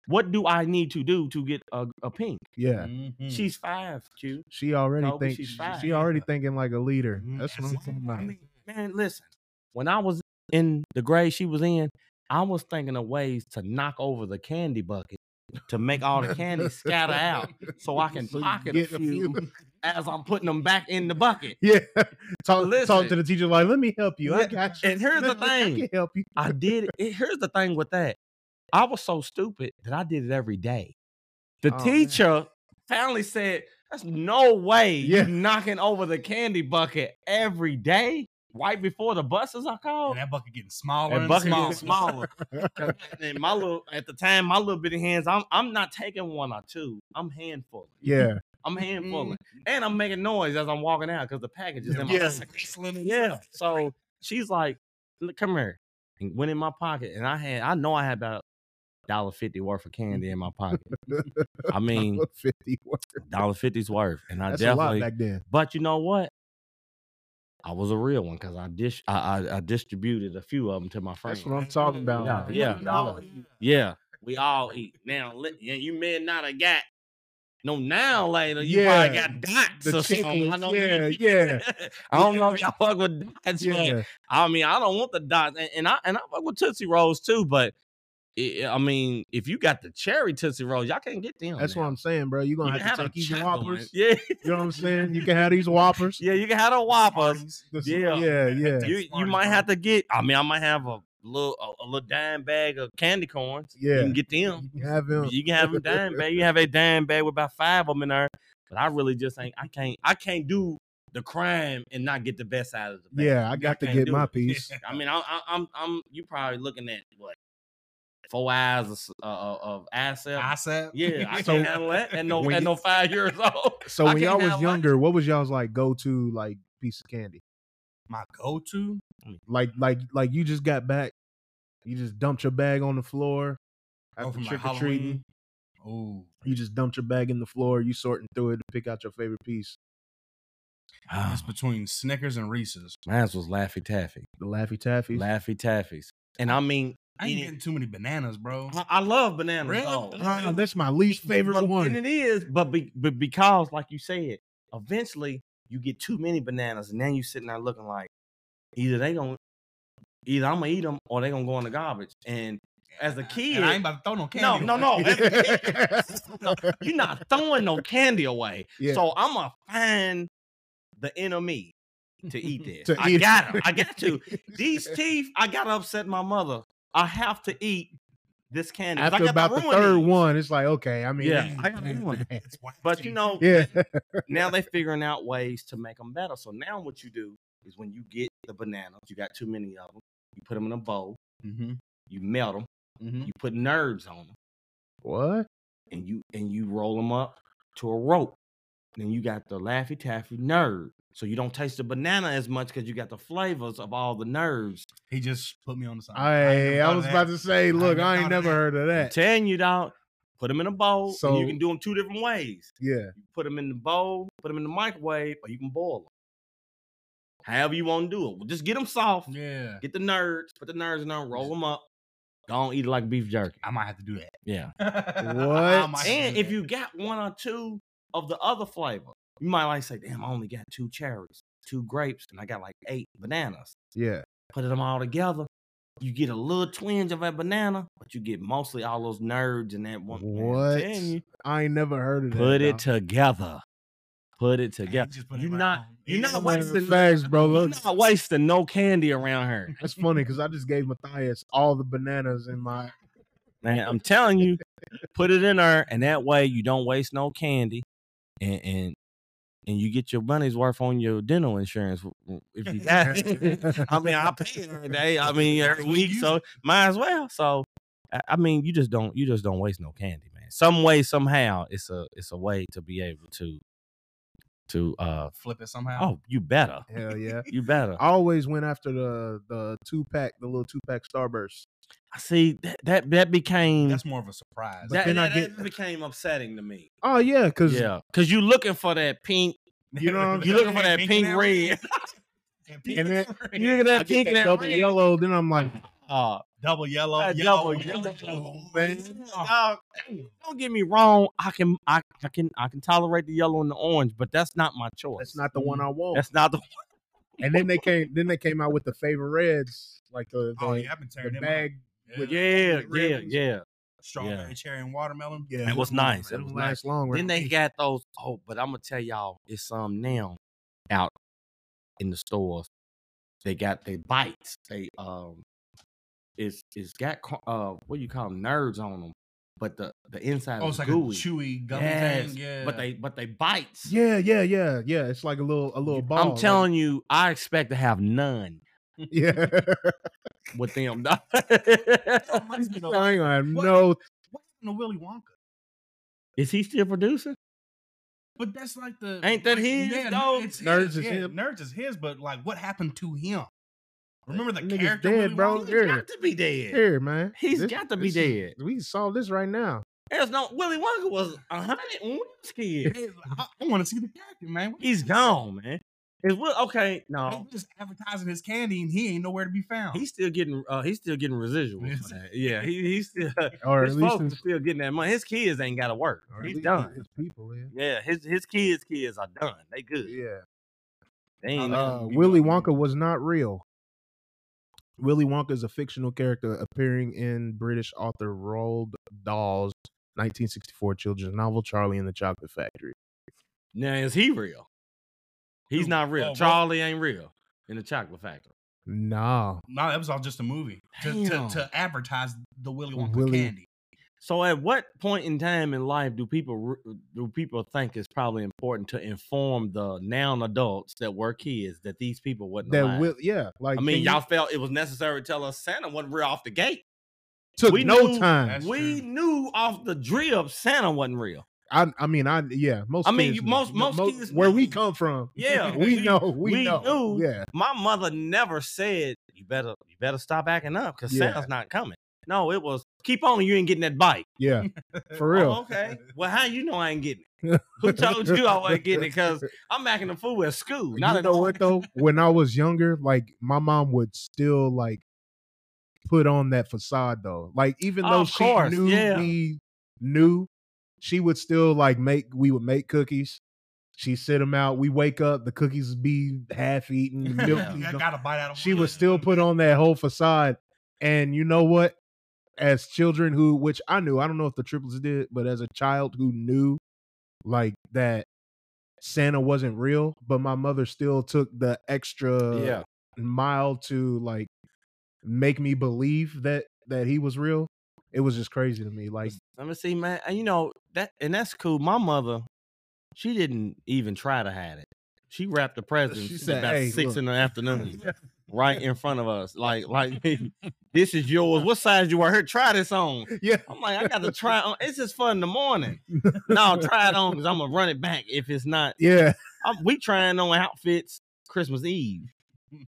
S2: what do I need to do to get a, a pink?
S3: yeah.
S1: Mm-hmm. Hmm.
S2: She's five, Q.
S3: She already
S2: No, but
S3: thinks
S2: she's
S3: she,
S2: fine. Mm,
S3: she already thinking like a leader.
S1: Mhm.
S3: That's what I'm
S1: That's
S3: talking
S1: it. I
S3: about.
S1: mean,
S2: man, listen, when I was in the grade she was in, I was thinking of ways to knock over the candy bucket to make all the candy scatter out so I can
S3: So you
S2: pocket a
S3: get a
S2: few
S3: few.
S2: as I'm putting them back in the bucket.
S3: Yeah. talk talk to
S2: Listen.
S3: the teacher like, let me help you. I
S2: Yeah,
S3: got you.
S2: And here's the
S3: I
S2: thing
S3: can help you.
S2: I did it. Here's the thing with that I was so stupid that I did it every day. The
S3: Oh, man.
S2: teacher finally said, That's no way
S3: Yeah.
S2: you knocking over the candy bucket every day. Right before the buses are called,
S1: And that bucket getting smaller
S2: and
S1: and,
S2: bucket
S1: smaller.
S2: getting smaller. 'Cause and my little at the time, my little bitty hands, I'm I'm not taking one or two. I'm handful.
S3: Yeah.
S2: I'm handful.
S1: Mm-hmm.
S2: And I'm making noise as I'm walking out because the package is in my
S3: Yeah.
S2: pocket. Yeah. So she's like, "Look, come here. And went in my pocket. And I had I know I had about dollar fifty worth of candy in my pocket. I mean
S3: fifty words.
S2: dollar fifty's worth. And I
S3: That's a lot
S2: definitely
S3: back then.
S2: but you know what? I was a real one because I dish I, I I distributed a few of them to my friends.
S3: That's what I'm talking about.
S2: Yeah,
S1: No,
S2: Yeah, we all eat now. Li- yeah, you may not have got no now later. You probably
S3: Yeah,
S2: got dots
S3: the
S2: or something. I
S3: chickens,
S2: don't
S3: yeah,
S2: eat-
S3: yeah.
S2: I don't know if y'all fuck with dots, but
S3: Yeah.
S2: I mean, I don't want the dots, and, and I and I fuck with tootsie rolls too. But i I I mean, if you got the cherry tootsie rolls, y'all can't get them.
S3: That's what I'm saying, bro. You're gonna
S2: You
S3: have
S2: had
S3: to
S2: a
S3: take these
S2: chocolate.
S3: whoppers.
S2: Yeah,
S3: You know what I'm saying? You can have these whoppers.
S2: yeah, you can have the whoppers.
S3: This-
S2: Yeah.
S3: yeah, yeah.
S1: That's
S2: You you
S1: smart as
S2: might
S1: well.
S2: have to get. I mean, I might have a little a, a little dime bag of candy corns. you
S3: Yeah.
S2: can get them.
S3: You can have them.
S2: You can have them dime bag. You have a dime bag with about five of them in there. But I really just ain't. I can't. I can't do the crime and not get the best out of the band.
S3: Yeah, I got to
S2: can't
S3: get
S2: do
S3: my
S2: it.
S3: piece.
S2: I mean, I, I, I'm I'm you probably looking at what four hours of, s- uh, uh, of ASAP.
S1: said,
S2: yeah, I
S3: So-
S2: can't handle that at no
S3: when
S2: at
S3: you-
S2: no five years old.
S3: So
S2: I
S3: when
S2: can't
S3: y'all
S2: have
S3: was
S2: lunch.
S3: younger, what was y'all's like go to like piece of candy?
S1: my go-to.
S3: Like like like you just got back, you just dumped your bag on the floor
S1: Oh,
S3: after
S1: from like
S3: trick or treating.
S1: Halloween. Oh,
S3: You just dumped your bag in the floor. You sorting through it to pick out your favorite piece.
S1: it's between Snickers and Reese's.
S2: Ah, Mine was Laffy Taffy,
S3: The Laffy Taffy.
S2: Laffy Taffy's, and I mean,
S1: I ain't
S2: Eating- Uh-huh.
S1: getting too many bananas, bro.
S2: I, I love bananas.
S1: Really?
S2: though.
S3: Ah, that's my least favorite
S2: But-
S3: one.
S2: And it is, but, be, but because, like you said, eventually you get too many bananas, and then you sitting there looking like either they gonna either I'm gonna eat them or they gonna go in the garbage. And as a kid,
S1: and I ain't about to throw no
S2: no,
S1: candy.
S2: no, no, as a kid, no, you're not throwing no candy away.
S3: Yeah.
S2: So I'm gonna find the enemy to eat this.
S3: To
S2: I
S3: eat it.
S2: got to I got to. These teeth, I gotta upset my mother. I have to eat this candy. 'cause I got
S3: After
S2: to
S3: about the
S2: ruin
S3: third
S2: these.
S3: one, it's like okay. I mean,
S2: Yeah, I got one.
S1: It's wacky.
S2: But you know,
S3: yeah.
S2: now they're figuring out ways to make them better. So now what you do is when you get the bananas, you got too many of them, you put them in a bowl,
S1: Mhm,
S2: you melt
S3: Mm-hmm.
S2: them,
S1: mhm.
S2: you put nerves on them,
S3: What?
S2: and you and you roll them up to a rope. Then you got the Laffy Taffy nerve. So you don't taste the banana as much because you got the flavors of all the nerves.
S1: he just put me on the side.
S3: I I was about to say, look, I ain't
S1: thought of
S3: never
S1: that.
S3: heard of
S2: I'm
S3: that.
S2: telling you, dog, put them in a bowl. and you
S3: So-
S2: can do them two different ways.
S3: Yeah.
S2: You put them in the bowl, put them in the microwave, or you can boil them. However you want to do it. Well, just get them soft.
S1: Yeah,
S2: Get the nerds, put the nerds in there, roll them up. Don't eat it like beef jerky.
S1: I might have to do that.
S2: Yeah.
S1: I might have to
S2: And
S1: do
S2: if
S1: that.
S2: you got one or two of the other flavor, you might like say, damn, I only got two cherries, two grapes, and I got like eight bananas.
S3: Yeah.
S2: Put them all together. You get a little twinge of that banana, but you get mostly all those nerds and that one. man, I'm
S3: What?
S2: telling you.
S3: I ain't never heard of that.
S2: Put it
S3: dog.
S2: together. Put it
S1: Man, he
S2: together.
S1: just put it
S2: You're
S1: right
S2: not-
S1: on.
S2: you're
S1: He
S2: not
S1: just put it
S3: Matter of
S1: right
S2: wasting-
S1: on.
S3: facts, bro.
S2: You're
S3: Look,
S2: not wasting no candy around here.
S3: that's funny because I just gave Matthias all the bananas in my.
S2: Man, I'm telling you, put it in there, and that way you don't waste no candy, and and and you get your money's worth on your dental insurance w- w- if you got it. I mean, I pay every day. I mean, every week, so might as well. So, I- I mean, you just don't you just don't waste no candy, man. Some way, somehow, it's a it's a way to be able to to uh
S1: Flip it somehow.
S2: oh, you better,
S3: Hell yeah.
S2: you better.
S3: I always went after the the two pack, the little two pack Starburst.
S2: I see that that that became
S1: that's more of a surprise.
S3: Oh, mm. But then I get-
S2: became upsetting to me.
S3: Oh yeah, because
S2: Yeah, because you looking for that pink
S3: you know what I'm
S2: You looking for that pink red.
S1: And
S3: And then-
S1: red.
S2: You look at
S3: I
S2: that
S3: get
S2: pink and
S3: that
S2: that
S3: double
S2: red.
S3: yellow. Then I'm like,
S2: Uh,
S1: double yellow,
S2: that
S1: yellow,
S2: double
S1: yellow,
S2: yellow.
S1: yellow,
S2: man.
S1: Oh,
S2: Dog, don't get me wrong. I can, I, I can, I can tolerate the yellow and the orange, but that's not my choice.
S3: that's not the one I want.
S2: Mm-hmm. That's not the.
S3: and then they came. Then they came out with the favorite reds, like the, the,
S1: oh, yeah, I've been
S3: the
S1: tearing them up.
S3: bag.
S1: Yeah.
S2: Yeah,
S3: the red
S2: yeah,
S3: ones.
S2: yeah.
S1: Strawberry,
S2: Yeah.
S1: cherry, and watermelon.
S3: Yeah,
S2: That was nice.
S3: It
S2: That was
S3: don't
S2: nice.
S3: last long.
S2: Then
S3: Right?
S2: they got those. Oh, but I'm gonna tell y'all, it's some now out in the stores. They got they bites. They um, it's it's got ca- uh, what do you call them? nerves on them, but the the inside
S1: Oh,
S2: is
S1: it's like
S2: gooey.
S1: a chewy gummy
S2: Yes,
S1: thing. Yeah,
S2: but they but they bites.
S3: yeah, yeah, yeah, yeah. It's like a little a little ball.
S2: I'm telling you, I expect to have none
S3: you. Yeah.
S2: with them.
S1: reminds me of-
S3: I ain't gonna have
S1: What?
S3: no.
S1: what happened to Willy Wonka?
S2: Is he still producing?
S1: But that's like the
S2: Ain't that
S1: like,
S2: his,
S1: Yeah,
S2: though?
S1: it's
S3: Nerds
S1: his,
S3: is
S1: yeah,
S3: him.
S1: Nerds is his, but like, what happened to him? Remember the
S3: Nigga's
S1: character,
S3: dead,
S1: Willy
S3: bro.
S1: Wonka?
S2: He's
S3: Here.
S2: got to be dead.
S3: Here, man.
S2: He's
S3: He's
S2: got to be dead.
S3: we solve this right now.
S2: There's no Willy Wonka was a hundred when we was kids.
S1: Hey, I, want to see the character, man. What-
S2: He's gone, man. Oh, Is Will okay?
S1: they
S2: No,
S1: just advertising his candy, and he ain't nowhere to be found.
S2: he's still getting uh, he's still getting residuals.
S1: Yes.
S2: for that. Yeah, he, he's still
S3: Or
S2: his
S3: at least,
S2: folks
S3: his,
S2: are still getting that money. His kids ain't got to work.
S3: or at
S2: He's
S3: least
S2: done.
S3: his people. Yeah.
S2: Yeah, his his kids kids are done. They good.
S3: Yeah.
S2: They ain't
S1: Uh,
S3: Uh,
S1: be
S3: Willy
S1: like-
S3: Wonka was not real. Willy Wonka is a fictional character appearing in British author Roald Dahl's 1964 children's novel Charlie and the Chocolate Factory.
S2: Now is he real? He's
S1: Who?
S2: not real.
S1: Oh, Walt-
S2: Charlie ain't real in the chocolate factory.
S3: Nah,
S1: no, that was all just a movie to, to,
S2: Damn.
S1: to advertise the Willy Wonka
S3: Willy-
S1: candy.
S2: So at what point in time in life do people re- do people think it's probably important to inform the now adults that were kids that these people wasn't
S3: that
S2: alive?
S3: will yeah like
S2: I mean,
S3: can you-
S2: y'all felt it was necessary to tell us Santa wasn't real off the gate.
S3: took
S2: we
S3: no
S2: knew-
S3: time
S1: That's
S2: we
S1: true.
S2: knew off the drip Santa wasn't real.
S3: I, I mean i yeah most
S2: I mean,
S3: kids
S2: you-
S3: knew.
S2: most-
S3: No,
S2: most
S3: mo-
S2: kids
S3: where we
S2: knew.
S3: come from
S2: Yeah,
S3: we know we,
S2: we
S3: know
S2: knew.
S3: yeah
S2: My mother never said you better you better stop acting up because
S3: Yeah.
S2: Santa's not coming. No, it was keep on. You ain't getting that bike.
S3: yeah for
S2: "Oh,
S3: real
S2: okay. Well, how you know I ain't getting it? Who told you I wasn't getting it? Because I'm acting a fool at school. Not
S3: you
S2: at
S3: know
S2: home.
S3: what though? When I was younger, like my mom would still like put on that facade though. Like even though
S2: Of
S3: she
S2: course,
S3: knew
S2: yeah.
S3: me knew, she would still like make we would make cookies. She sit them out. We wake up, the cookies would be half eaten. the milk
S1: Yeah,
S3: be
S1: I
S3: gone.
S1: gotta bite out of
S3: She would still put on that whole facade. And you know what? As children who, which I knew, I don't know if the triplets did, but as a child who knew like that Santa wasn't real, but my mother still took the
S2: uh,
S3: extra mile to like make me believe that that he was real. It was just crazy to me. Like
S2: Let me see, man. And you know that, and that's cool. My mother, she didn't even try to hide it. She wrapped the presents
S3: She
S2: she
S3: said,
S2: about
S3: "Hey,
S2: six
S3: look."
S2: in the afternoon, right in front of us. Like, like this is yours. What size you are? Here, try this on.
S3: yeah,
S2: I'm like, I got to try it on. It's just fun in the morning. no, try it on because I'm gonna run it back if it's not
S3: yeah,
S2: I'm, we trying on outfits Christmas Eve.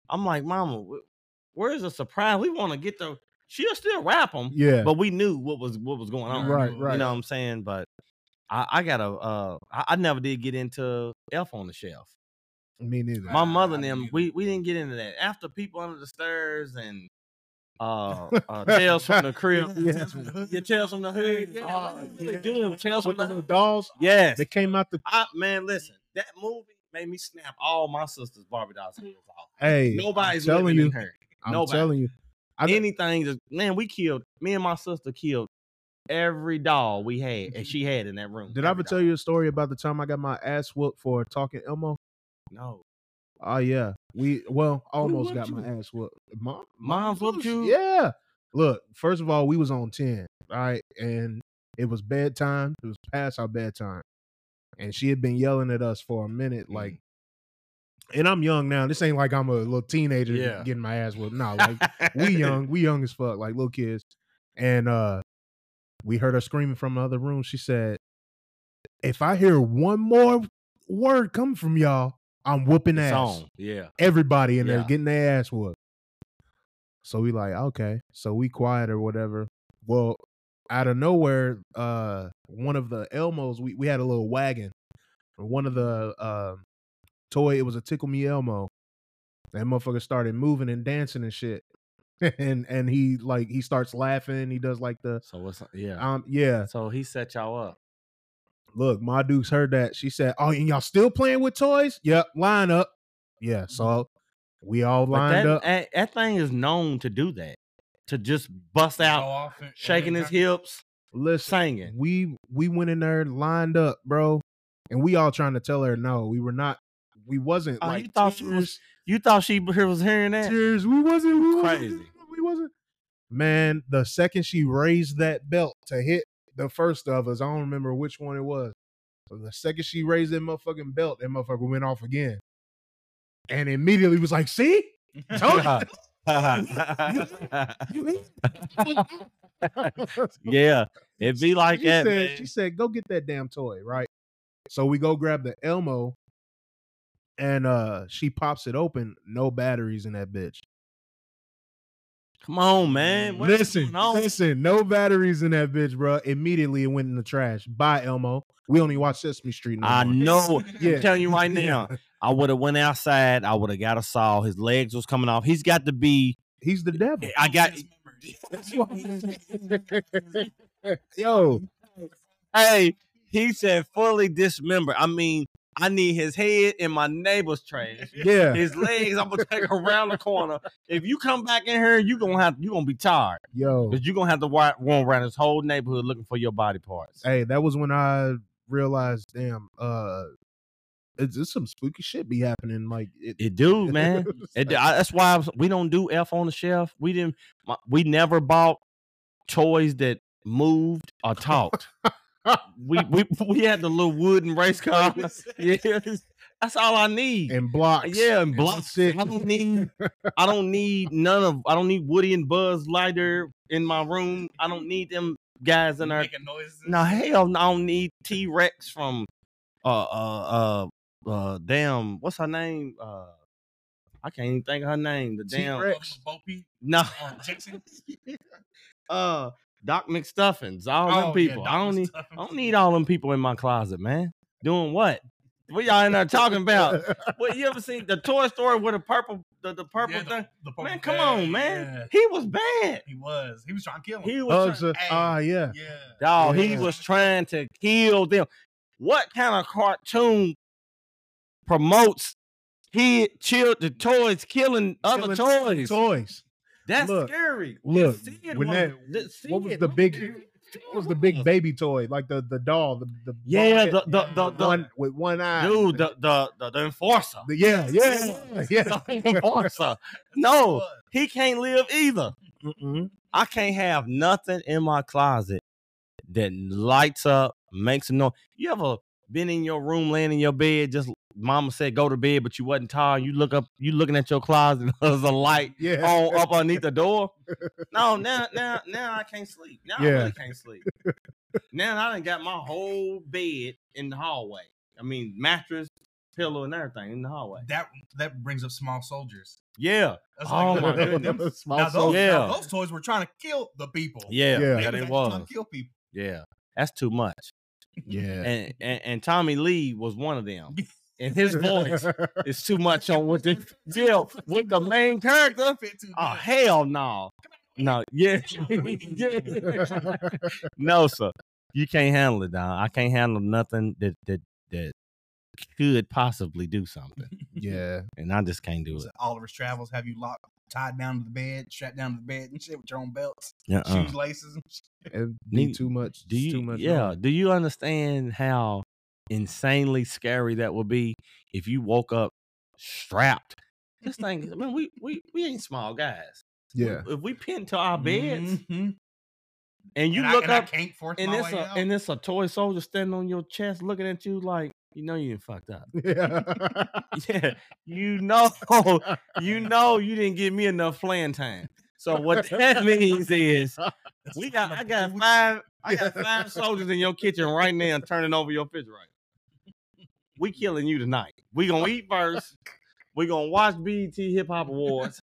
S2: I'm like, Mama, wh- where's the surprise? We want to get the. She'll still wrap them,
S3: yeah.
S2: Mm-hmm. but we knew what was what was going on.
S3: Right,
S2: You
S3: right.
S2: know what I'm saying? But I, I got a. Uh, I, I never did get into Elf on the Shelf.
S3: me neither.
S2: My
S1: Ah,
S2: mother
S1: I
S2: and them,
S1: did.
S2: we we didn't get into that. After people under the stairs and uh, uh tales from the crib.
S3: Yeah.
S2: Your tales from the hood. Yeah,
S3: Oh,
S2: what
S3: yeah.
S2: they do, tales
S3: With
S2: from
S3: the
S2: the
S3: little
S2: hood.
S3: dolls
S2: Yes.
S3: that came out the
S2: I man, listen, that movie made me snap all my sister's Barbie dolls' hands off.
S3: hey.
S2: Nobody's
S3: telling
S2: living in
S3: you,
S2: her.
S3: I'm
S2: nobody.
S3: telling you. I,
S2: Anything just man, we killed. Me and my sister killed every doll we had, and she had in that room.
S3: Did I ever
S2: every
S3: tell
S2: doll.
S3: you a story about the time I got my ass whooped for talking Elmo?
S2: No.
S3: Oh yeah, we well almost got
S2: whooped
S3: my ass whooped. Mom,
S2: Mom whooped you.
S3: Yeah. Look, first of all, we was on ten, all right, and it was bedtime. It was past our bedtime, and she had been yelling at us for a
S2: Mm.
S3: minute, like. And I'm young now. This ain't like I'm a little teenager
S2: Yeah.
S3: getting my ass whooped. No, like we young, we young as fuck, like little kids. And uh we heard her screaming from the other room. She said, If I hear one more word come from y'all, I'm whooping
S2: It's
S3: ass.
S2: on. Yeah.
S3: Everybody in there
S2: Yeah.
S3: getting their ass whooped. So we like, okay. So we quiet or whatever. Well, out of nowhere, uh one of the Elmos, we, we had a little wagon. One of the uh, toy, it was a tickle me Elmo. That motherfucker started moving and dancing and shit. and and he like he starts laughing. He does like the
S2: So what's yeah.
S3: um yeah.
S2: so he set y'all up.
S3: Look, my Dukes heard that. She said, Oh, and y'all still playing with toys? Yep, line up. Yeah, so we all
S2: Mm-hmm. But
S3: lined
S2: that,
S3: up.
S2: That, that thing is known to do that. To just bust out, shaking his hips,
S3: Listen,
S2: singing.
S3: we we went in there lined up, bro, and we all trying to tell her no, we were not, we wasn't
S2: Oh, you
S3: like
S2: thought she was-
S3: tears,
S2: You thought she was hearing that?
S3: tears, we wasn't, we wasn't,
S2: Crazy.
S3: we wasn't. Man, the second she raised that belt to hit the first of us, I don't remember which one it was. But the second she raised that motherfucking belt, that motherfucker went off again, and immediately was like, "See, told you."
S2: yeah, it'd be like
S3: she
S2: that.
S3: Said,
S2: man.
S3: She said, "Go get that damn toy, right?" So we go grab the Elmo, and uh she pops it open. No batteries in that bitch.
S2: Come on, man. What is
S3: listen,
S2: going on?
S3: listen, no batteries in that bitch, bro. Immediately, it went in the trash. Bye, Elmo. We only watch Sesame Street. No
S2: I
S3: more.
S2: know.
S3: Yeah.
S2: I'm telling you right now, I would have went outside. I would have got a saw. His legs was coming off. He's got to be.
S3: He's the devil.
S2: I got.
S3: Yo,
S2: Hey, he said fully dismembered. I mean, I need his head in my neighbor's trash.
S3: yeah,
S2: His legs, I'm gonna take around the corner. If you come back in here, you gonna have you gonna be tired.
S3: yo.
S2: Because you're gonna have to wa- roam around this whole neighborhood looking for your body parts.
S3: Hey, that was when I realized, damn, uh, it's, it's some spooky shit be happening. Like it,
S2: It do, man.
S3: It's
S2: It,
S3: like-
S2: I, that's why I was- we don't do F on the shelf. We didn't. My, we never bought toys that moved, or talked. we, we we had the little wooden race car. Yeah, that's all I need.
S3: and blocks.
S2: yeah, and
S3: and
S2: blocks. I
S3: shit.
S2: don't need. I don't need none of. I don't need Woody and Buzz Lighter in my room. I don't need them guys in our
S1: making noises.
S2: No, hell, no, I don't need T Rex from uh uh uh uh damn. What's her name? Uh, I can't even think of her name. The damn
S3: T-Rex.
S1: Bo Peep,
S2: no.
S1: uh, Jackson.
S2: uh, Doc McStuffins. All
S1: Oh,
S2: them
S1: yeah,
S2: people. I
S1: Dr.
S2: don't need.
S1: Stubbins.
S2: I don't need all them people in my closet, man. Doing what? What y'all in there talking about? what you ever seen the Toy Story with the purple the, the purple
S1: Yeah, the-
S2: thing?
S1: the purple
S2: man, come
S1: bag,
S2: on, man.
S1: yeah.
S2: He was bad.
S1: He was. He was trying to kill him.
S2: He was
S3: Hugs
S2: try-
S3: her. Ah, yeah.
S1: yeah.
S2: Dog, he
S3: Oh, Yeah.
S2: was trying to kill them. What kind of cartoon promotes kid, children, toys killing other
S3: Killing
S2: toys?
S3: Toys.
S2: That's
S3: Look,
S2: scary.
S3: look,
S2: Just see it
S3: when
S2: one-
S3: that-
S2: just see
S3: what was
S2: it.
S3: the
S2: Look
S3: big-
S2: at it.
S3: What was the big baby toy? Like the the doll. The, the
S2: Yeah,
S3: ball
S2: the
S3: head
S2: the the, the,
S3: one with one eye.
S2: dude, the the the, the enforcer.
S3: The- yeah, yeah, yeah.
S2: The enforcer. No, he can't live either. I can't have nothing in my closet that lights up, makes a noise. You ever been in your room, laying in your bed, just mama said go to bed, but you wasn't tired. You look up, you looking at your closet, there's a light
S3: Yeah.
S2: on Oh, up underneath the door. No, now, now, now I can't sleep. Now I
S3: Yeah.
S2: really can't sleep. Now I done got my whole bed in the hallway. I mean, mattress, pillow, and everything in the hallway.
S1: That that brings up small soldiers.
S2: Yeah,
S1: That's
S2: Oh
S1: like,
S2: my goodness.
S3: Small
S1: Now those,
S3: soldier.
S2: Yeah.
S1: now those toys were trying to kill the people.
S2: yeah,
S3: Yeah.
S2: yeah,
S1: They was
S2: yeah it
S1: actually trying
S2: was.
S1: to kill people.
S2: Yeah, that's too much.
S3: Yeah.
S2: and, and and Tommy Lee was one of them. And his voice is too much on what they deal with the main character.
S1: Fit too
S2: Oh
S1: good.
S2: hell no, no, yeah, Yeah. no, sir, you can't handle it, dog. I can't handle nothing that that that could possibly do something,
S3: yeah.
S2: and I just can't do
S1: Was
S2: it.
S1: it Oliver's Travels have you locked, tied down to the bed, strapped down to the bed and shit with your own belts,
S2: Uh-uh.
S1: shoes, laces. And shit.
S3: It'd
S2: Need-
S3: be too much.
S2: Do
S3: it's
S2: you?
S3: too much
S2: yeah.
S3: noise.
S2: Do you understand how insanely scary that would be if you woke up strapped? This thing, man, we we we ain't small guys. We-
S3: Yeah.
S2: If we pinned to our beds
S1: Mhm.
S2: and you
S1: And I-
S2: look
S1: and
S2: up
S1: I can't force
S2: and
S1: my
S2: it's
S1: way
S2: a
S1: out.
S2: and it's a toy soldier standing on your chest looking at you like you know you didn't fucked up.
S3: Yeah.
S2: yeah, you know, you know, you didn't give me enough playing time. So what that means is
S1: That's
S2: we
S1: what
S2: got
S1: I'm
S2: I
S1: gonna
S2: got
S1: do with
S2: five I got
S3: Yeah.
S2: five soldiers in your kitchen right now and turning over your refrigerator. We killing you tonight. We gonna eat first. We gonna watch BET Hip Hop Awards,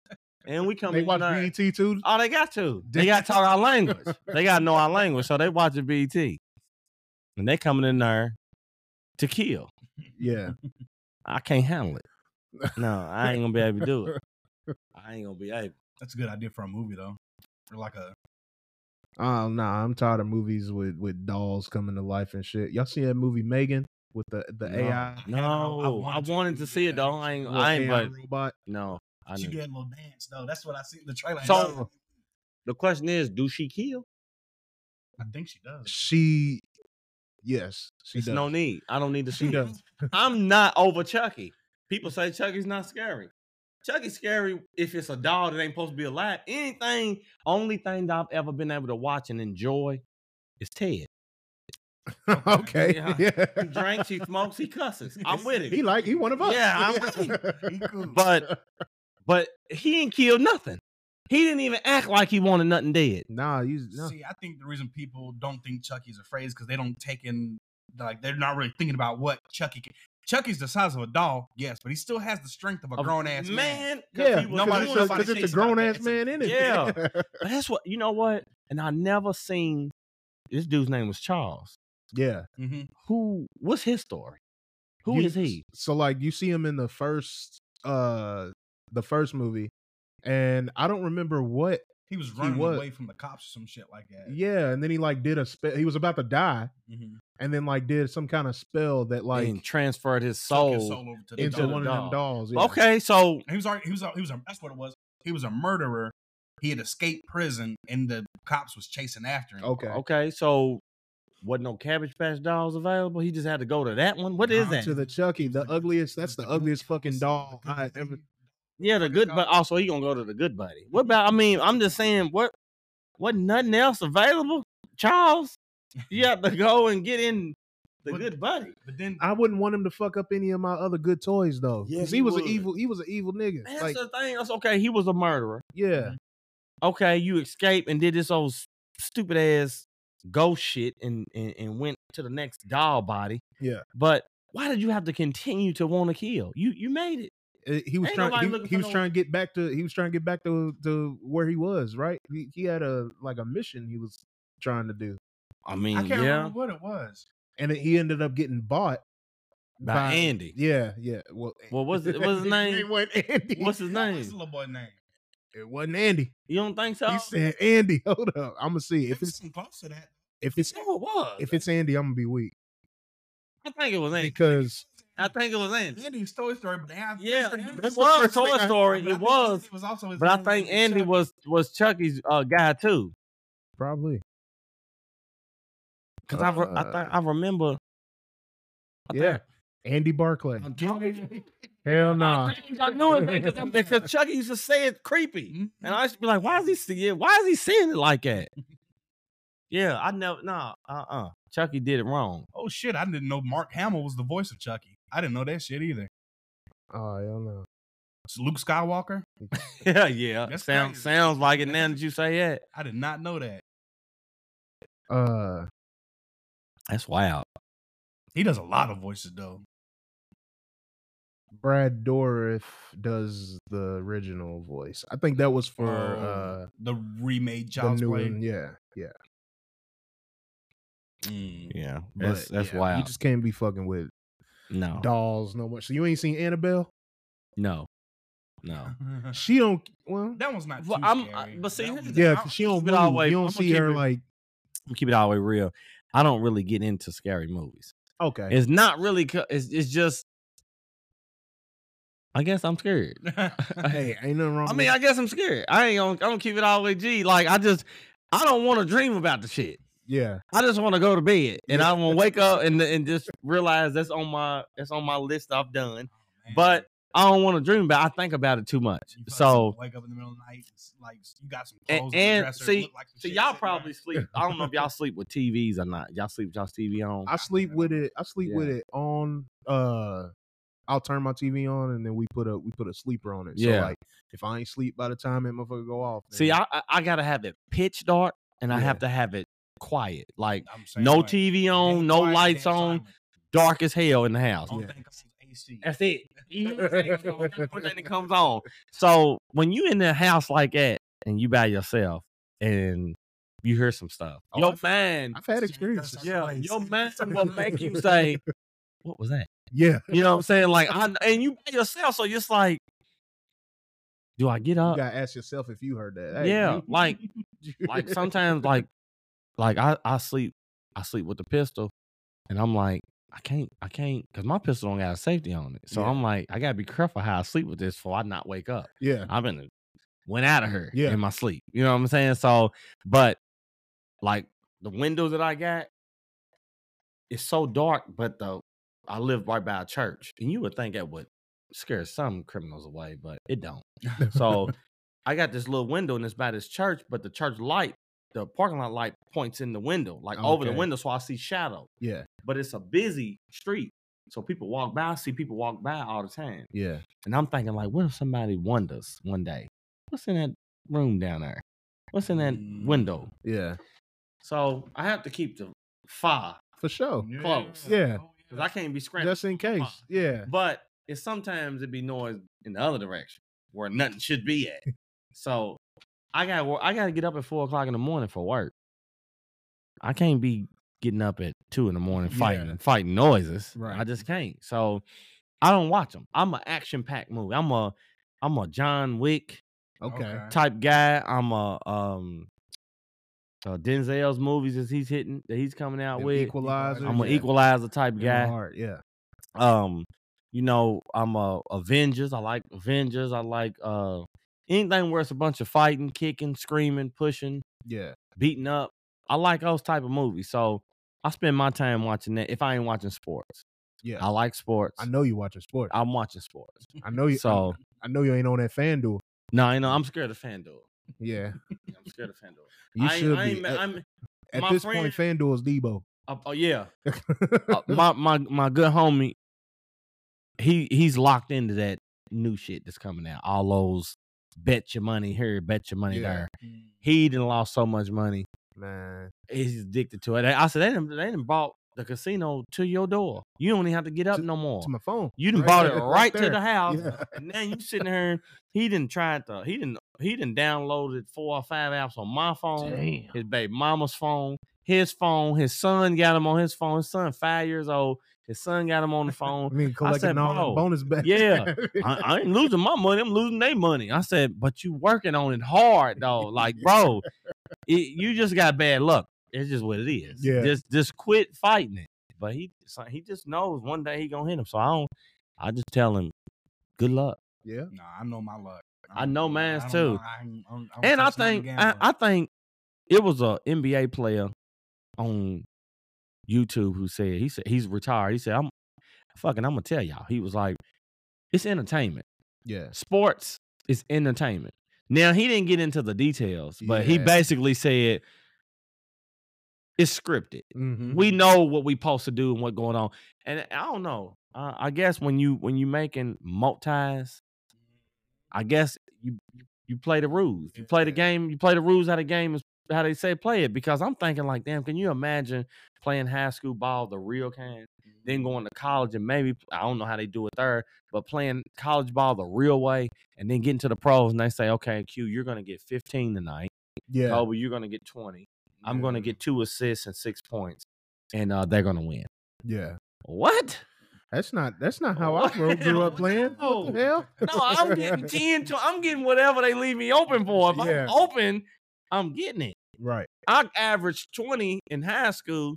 S2: and we coming.
S3: they watch E
S2: tonight.
S3: BET too.
S2: Oh, they got to. They got to talk our language. They got to know our language, so they watching BET, and they coming in there to kill.
S3: Yeah.
S2: I can't handle it. No, I ain't gonna be able to do it. I ain't gonna be able.
S1: That's a good idea for a movie though. Or like a
S3: Oh no, I'm tired of movies with with dolls coming to life and shit. Y'all see that movie Megan with the the
S2: no,
S3: AI,
S2: No, I wanted, to see it though. I ain't.
S3: little
S2: I ain't.
S3: AI
S2: But
S3: robot?
S2: no, I
S1: she
S2: knew.
S1: did a little dance though. That's what I see in the trailer.
S2: So- The question is, do she kill?
S1: I think she does.
S3: She, yes, she
S2: It's
S3: does.
S2: no need. I don't need to
S3: she
S2: see it.
S3: does.
S2: I'm not over Chucky. People say Chucky's not scary. Chucky's scary if it's a doll that ain't supposed to be alive. Anything, only thing that I've ever been able to watch and enjoy is Ted.
S3: okay,
S2: Yeah.
S3: yeah.
S2: He drinks, he smokes, he cusses. I'm with
S3: He
S2: it.
S3: like he one of us.
S2: Yeah, I'm with
S1: He cool.
S2: But but he ain't killed nothing. He didn't even act like he wanted nothing dead.
S3: nah, you no.
S1: See, I think the reason people don't think Chucky's a phrase because they don't take in like they're not really thinking about what Chucky can. Chucky's the size of a doll, yes, but he still has the strength of a grown ass man.
S2: man. 'cause
S3: yeah,
S2: he was
S1: nobody-
S3: nobody
S2: doing
S1: nobody
S3: because it's
S1: thinks
S3: a
S1: about that.
S3: grown ass
S1: It's a-
S3: man in it.
S2: Yeah. But that's what you know what? And I never seen this dude's name was Charles.
S3: yeah.
S1: Mhm.
S2: Who what's his story? Who
S3: you-
S2: is he?
S3: So like you see him in the first uh the first movie and I don't remember what
S1: He was running
S3: was.
S1: away from the cops or some shit like that.
S3: yeah and then he like did a spell he was about to die
S1: Mhm.
S3: and then like did some kind of spell that like
S2: and transferred his
S1: Took
S2: soul.
S1: his soul over to the
S3: into
S1: doll.
S3: one of them
S2: doll.
S3: dolls. yeah.
S2: Okay, so
S1: He was already, he was a- he was a, that's what it was. He was a murderer. He had escaped prison, and the cops was chasing after him.
S3: Okay.
S2: okay, so wasn't no Cabbage Patch dolls available. He just had to go to that one. What is
S1: Nah,
S2: that?
S3: To the Chucky, the ugliest that's the ugliest fucking
S1: It's
S3: doll
S1: the
S3: I
S1: good
S3: ever
S1: thing.
S2: yeah, the good, but also he gonna go to the good buddy. What about? I mean, I'm just saying, what, what nothing else available? Charles, you have to go and get in the
S1: But-
S2: good buddy.
S1: But then
S3: I wouldn't want him to fuck up any of my other good toys though.
S2: Yeah,
S3: Because
S2: he
S3: he was an
S2: would.
S3: evil, he was an evil
S2: Man,
S3: nigga.
S2: that's Mm-hmm.
S3: like,
S2: the thing. That's okay. He was a murderer.
S3: yeah.
S2: Okay, you escaped and did this old s- stupid ass ghost shit and, and, and went to the next doll body.
S3: Yeah.
S2: But why did you have to continue to want to kill? You you made it.
S3: Uh, he was
S2: Ain't
S3: trying.
S2: nobody
S3: He,
S2: looking
S3: he
S2: for
S3: was
S2: no-
S3: trying to get back to. He was trying to get back to to where he was. Right. He, he had a like a mission he was trying to do,
S2: I mean,
S1: I can't
S2: yeah.
S1: remember what it was.
S3: and then he ended up getting bought
S2: By Andy.
S3: Yeah. Yeah. Well.
S2: Well, what's it- what's his name?
S3: wasn't Andy.
S2: What's his
S1: What's the
S2: name?
S1: little boy name?
S3: it wasn't Andy.
S2: You don't think so?
S3: He said Andy. Hold up. I'm gonna see if
S1: If
S3: it's
S1: it's close to that,
S3: if it's
S2: No, it was.
S3: if it's Andy. I'm gonna be weak
S2: I think it was Andy.
S3: because
S2: I think it was Andy.
S1: Andy was Toy Story, but now
S2: Yeah,
S1: that's
S2: it
S1: the
S2: was
S1: first thing
S2: Toy
S1: I-
S2: Story.
S1: but I
S2: It
S1: think
S2: was,
S1: Andy was also his
S2: but I
S1: own
S2: think
S1: little
S2: Andy
S1: Chuck.
S2: was was Chucky's uh, guy too.
S3: probably
S2: Cause I re- I,
S3: Uh,
S2: think I remember. I
S3: yeah.
S2: think-
S3: Andy Barclay.
S2: I'm telling
S3: Hell no.
S2: I think I knew it "Oh, because Chucky used to say it creepy,
S1: Mhm.
S2: and I used to be like, "Why is he saying? Why is he saying it like that?" Yeah, I never. Nah, uh, uh Chucky did it wrong.
S1: Oh shit! I didn't know Mark Hamill was the voice of Chucky. I didn't know that shit either.
S3: Oh, hell no.
S1: It's Luke Skywalker.
S2: yeah, yeah.
S1: That's
S2: sounds
S1: crazy.
S2: sounds like it now that you say that.
S1: I did not know that.
S3: Uh,
S2: That's wild.
S1: He does a lot of voices though.
S3: Brad Dourif does the original voice. I think that was for
S2: Oh,
S3: uh
S1: Um, the remade
S3: the
S1: Child's
S3: new
S1: Play.
S3: one. Yeah, yeah.
S1: Mm.
S2: Yeah,
S3: But,
S2: that's that's
S3: yeah, You
S2: wild. Oh.
S3: just can't be fucking with
S2: no,
S3: dolls no much. So you ain't seen Annabelle?
S2: no, no.
S3: She don't. Well,
S1: that one's not. Too
S2: Well, I'm- I-
S1: scary.
S2: but see,
S1: That
S2: here's the
S1: one's-
S2: thing,
S3: yeah,
S2: I'll
S3: 'cause she don't
S2: keep it
S3: move.
S2: all way-
S3: you
S2: I'ma
S3: don't see
S2: keep
S3: her
S2: it-
S3: like
S2: I'm keep it all the way real. I don't really get into scary movies.
S3: okay.
S2: It's not really. co- It's it's just. I guess I'm scared.
S3: Hey, ain't nothing wrong.
S2: I mean, I
S3: with,
S2: guess I'm scared. I ain't gonna. I don't keep it all the way G. Like I just. I don't want to dream about the shit.
S3: yeah,
S2: I just want to go to bed and
S3: Yeah.
S2: I want to wake up and and just realize that's on my that's on my list I've done.
S1: Man,
S2: But I don't want to dream about. It. I think about it too much.
S1: you fucking
S2: So
S1: wake up in the middle of the night, it's like you got some
S2: And-
S1: clothes on the
S2: and
S1: dresser,
S2: see-
S1: look like some
S2: so
S1: shit
S2: y'all
S1: sitting around.
S2: probably sleep. I don't know if y'all sleep with TVs or not. Y'all sleep with y'all's TV on.
S3: I sleep with it. I sleep with
S2: Yeah.
S3: it on. Uh, I'll turn my TV on and then we put a we put a sleeper on it. So
S2: Yeah.
S3: like, if I ain't sleep by the time that motherfucker go off,
S2: See,
S3: then-
S2: I I- I gotta have it pitch dark and I
S3: Yeah.
S2: have to have it quiet. Like
S1: I'm saying,
S2: no
S1: like,
S2: TV on,
S1: damn
S2: no
S1: quiet,
S2: lights
S1: damn
S2: on,
S1: silent.
S2: dark as hell in the house.
S1: Only
S3: Oh, Yeah.
S1: thing comes is AC.
S2: That's it. Mm-hmm. Everything that comes on. So when you in the house like that and you by yourself and you hear some stuff,
S3: Oh,
S2: your
S3: I've-
S2: mind,
S3: I've had
S1: That's
S3: experiences.
S1: our
S2: yeah,
S1: place.
S2: your mind will make you say, "What was that?"
S3: Yeah,
S2: You know what I'm saying? Like I and you by yourself, so just like, do I get
S3: you
S2: up?
S3: gotta ask yourself if you heard that. Hey,
S2: Uh Yeah,
S3: you-
S2: like
S3: you-
S2: like sometimes like like I, I sleep I sleep with the pistol and I'm like I can't I can't because my pistol don't got a safety on it. So
S3: Yeah.
S2: I'm like I gotta be careful how I sleep with this before I not wake up.
S3: yeah,
S2: I've been went out of her
S3: Yeah.
S2: in my sleep. You know what I'm saying? So but like the windows that I got, it's so dark, but the I live right by a church. And you would think that would scare some criminals away, but it don't. So I got this little window and it's by this church, but the church light, the parking lot light points in the window, like over the
S3: Okay.
S2: window, so I see shadow.
S3: yeah,
S2: But it's a busy street. So people walk by, I see people walk by all the time.
S3: yeah.
S2: And I'm thinking, like, what if somebody wonders one day? What's in that room down there? What's in that
S1: Mm.
S2: window?
S3: Yeah,
S2: So I have to keep the fire
S3: for sure.
S1: Yeah.
S2: close.
S3: Yeah.
S1: Oh,
S2: because I can't be scrambling.
S3: Just in case. Yeah.
S2: But it's sometimes it be noise in the other direction where nothing should be at. so I got I got to get up at four o'clock in the morning for work. I can't be getting up at two in the morning fighting
S3: Yeah.
S2: and fighting noises. I
S3: Right.
S2: just can't. So I don't watch them. I'm an action packed movie. I'm a I'm a John Wick
S3: Okay.
S2: type guy. I'm a um. Uh, Denzel's movies that he's hitting, that he's coming out
S3: Them
S2: with.
S3: Equalizer.
S2: I'm an
S3: yeah.
S2: equalizer type
S3: Them
S2: guy
S3: hard, Yeah.
S2: um you know i'm a avengers i like avengers i like uh anything where it's a bunch of fighting kicking screaming pushing
S3: Yeah.
S2: beating up i like those type of movies so i spend my time watching that if i ain't watching sports
S3: Yeah.
S2: i like sports
S3: I know you watching sports. I,
S2: i'm watching sports
S3: know you.
S2: so
S3: I know you ain't on that fan duel.
S2: no you know i'm scared of fanduel
S3: Yeah.
S2: i'm scared of fanduel
S3: You
S2: I, ain't-
S3: should
S2: I, ain't
S3: be.
S2: ma-
S3: Uh,
S2: I'm-
S3: At
S2: My
S3: this
S2: friend-
S3: point, FanDuel is Debo.
S2: Uh, oh yeah, Uh, my my my good homie. He he's locked into that new shit that's coming out. All those bet your money here, bet your money
S3: Yeah.
S2: there.
S1: Hmm.
S2: He didn't lost so much money.
S3: Man,
S2: He's addicted to it. I said they didn't they didn't bought the casino to your door. You don't even have to get up no more.
S3: to my phone.
S2: You done
S3: Right
S2: bought it
S3: there,
S2: right
S3: right
S2: to the
S3: there.
S2: house,
S3: Yeah.
S2: and now you sitting here. He didn't try to. He didn't. He didn't downloaded four or five apps on my phone,
S1: Damn.
S2: his baby mama's phone, his phone. His son got him on his phone. His son five years old. His son got him on the
S3: I
S2: phone.
S3: mean, collecting
S2: said,
S3: all
S2: "Bro,
S3: the bonus back.
S2: yeah, I, I ain't losing my money. I'm losing their money. I said, but you working on it hard though. Like, bro, it, you just got bad luck. It's just what it is.
S3: Yeah.
S2: Just just quit fighting it. But he so he just knows one day he gonna hit him. So I don't. I just tell him, good luck.
S3: yeah.
S1: Nah, I know my luck.
S2: I know mine's
S1: I
S2: too.
S1: don't- I ain't- I don't- I don't
S2: and I
S1: touch nothing
S2: think I,
S1: gambling.
S2: I think it was a NBA player on YouTube who said he said he's retired. He said I'm fucking I'm gonna tell y'all. He was like, it's entertainment.
S3: Yeah.
S2: Sports is entertainment. Now he didn't get into the details, but he
S3: Yeah.
S2: basically said it's scripted.
S3: Mhm.
S2: We know what we supposed to do and what going on. And I don't know. Uh, I guess when you when you making multis, I guess you you- you play the rules. You play the
S1: Yeah.
S2: game. You play the rules how the game is how they say play it. Because I'm thinking like, damn, can you imagine playing high school ball the real kind, then going to college and maybe I don't know how they do it there, but playing college ball the real way and then getting to the pros and they say, okay, Q, you're gonna get 15 tonight.
S3: Yeah.
S2: Kobe, "Oh, you're gonna get 20. I'm gonna
S1: Yeah.
S2: get two assists and six points, and uh, they're gonna win.
S3: Yeah.
S2: What?
S3: That's not that's not how I
S2: What?
S3: grew, grew up playing. What the hell?
S2: No, I'm getting 10 to I'm getting whatever they leave me open for. If
S3: Yeah.
S2: I'm open, I'm getting it.
S3: right.
S2: I averaged 20 in high school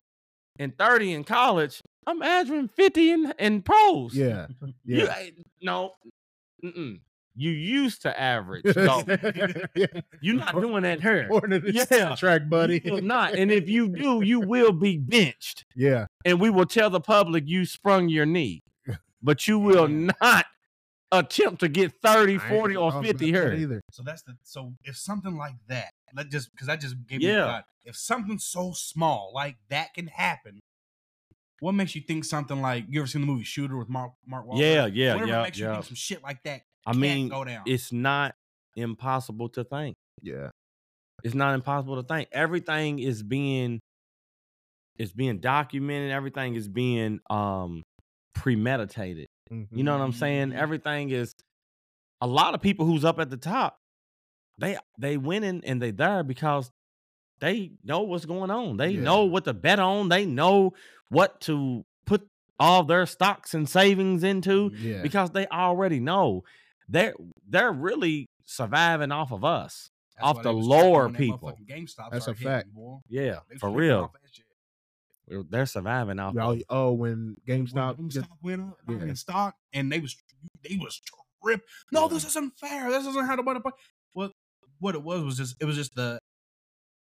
S2: and 30 in college. I'm averaging 50 in, in pros.
S3: Yeah.
S2: You,
S3: Yeah.
S2: ain't- no. Mm-mm. You used to average. No, you're not doing that here.
S3: According to this
S2: Yeah.
S3: track, buddy.
S2: You will not. And if you do, you will be benched.
S3: Yeah.
S2: and we will tell the public you sprung your knee, but you will
S1: Yeah.
S2: not attempt to get 30,
S3: I ain't
S2: 40, or
S3: thought about
S2: 50
S3: that
S2: here.
S3: either.
S1: So that's the so if something like that, let just because I just gave you
S2: Yeah.
S1: a thought. If something so small like that can happen, what makes you think something like you ever seen the movie Shooter with Mark Mark Wahlberg?
S2: Yeah, yeah,
S1: Whatever
S2: yeah,
S1: makes you
S2: yeah.
S1: think some shit like that
S2: I
S1: can't
S2: mean,
S1: go down.
S2: it's not impossible to think.
S3: Yeah.
S2: It's not impossible to think. Everything is being is being documented. Everything is being um premeditated.
S3: mm-hmm.
S2: You know what I'm saying?
S1: Mhm.
S2: Everything is a lot of people who's up at the top, they they winning and they there because they know what's going on. They
S3: Yeah.
S2: know what to bet on. They know what to put all their stocks and savings into
S3: Mhm. Yeah.
S2: because they already know. They're they're really surviving off of us.
S1: That's
S2: off
S1: why
S2: the
S1: they was tripping
S2: lower
S1: when that
S2: people.
S1: motherfucking GameStop
S3: That's a
S1: started
S3: fact.
S1: hitting, boy.
S2: Yeah,
S1: They was
S2: for
S1: tripping
S2: real.
S1: off that shit.
S2: They're surviving off.
S3: Oh,
S2: of
S3: y- oh, when
S1: When
S3: GameStop. just-
S1: GameStop went up
S3: Yeah.
S1: yeah. in stock, and they was they was tripped. No,
S2: Yeah.
S1: this isn't fair. This isn't how the motherfucker. What what it was was just it was just the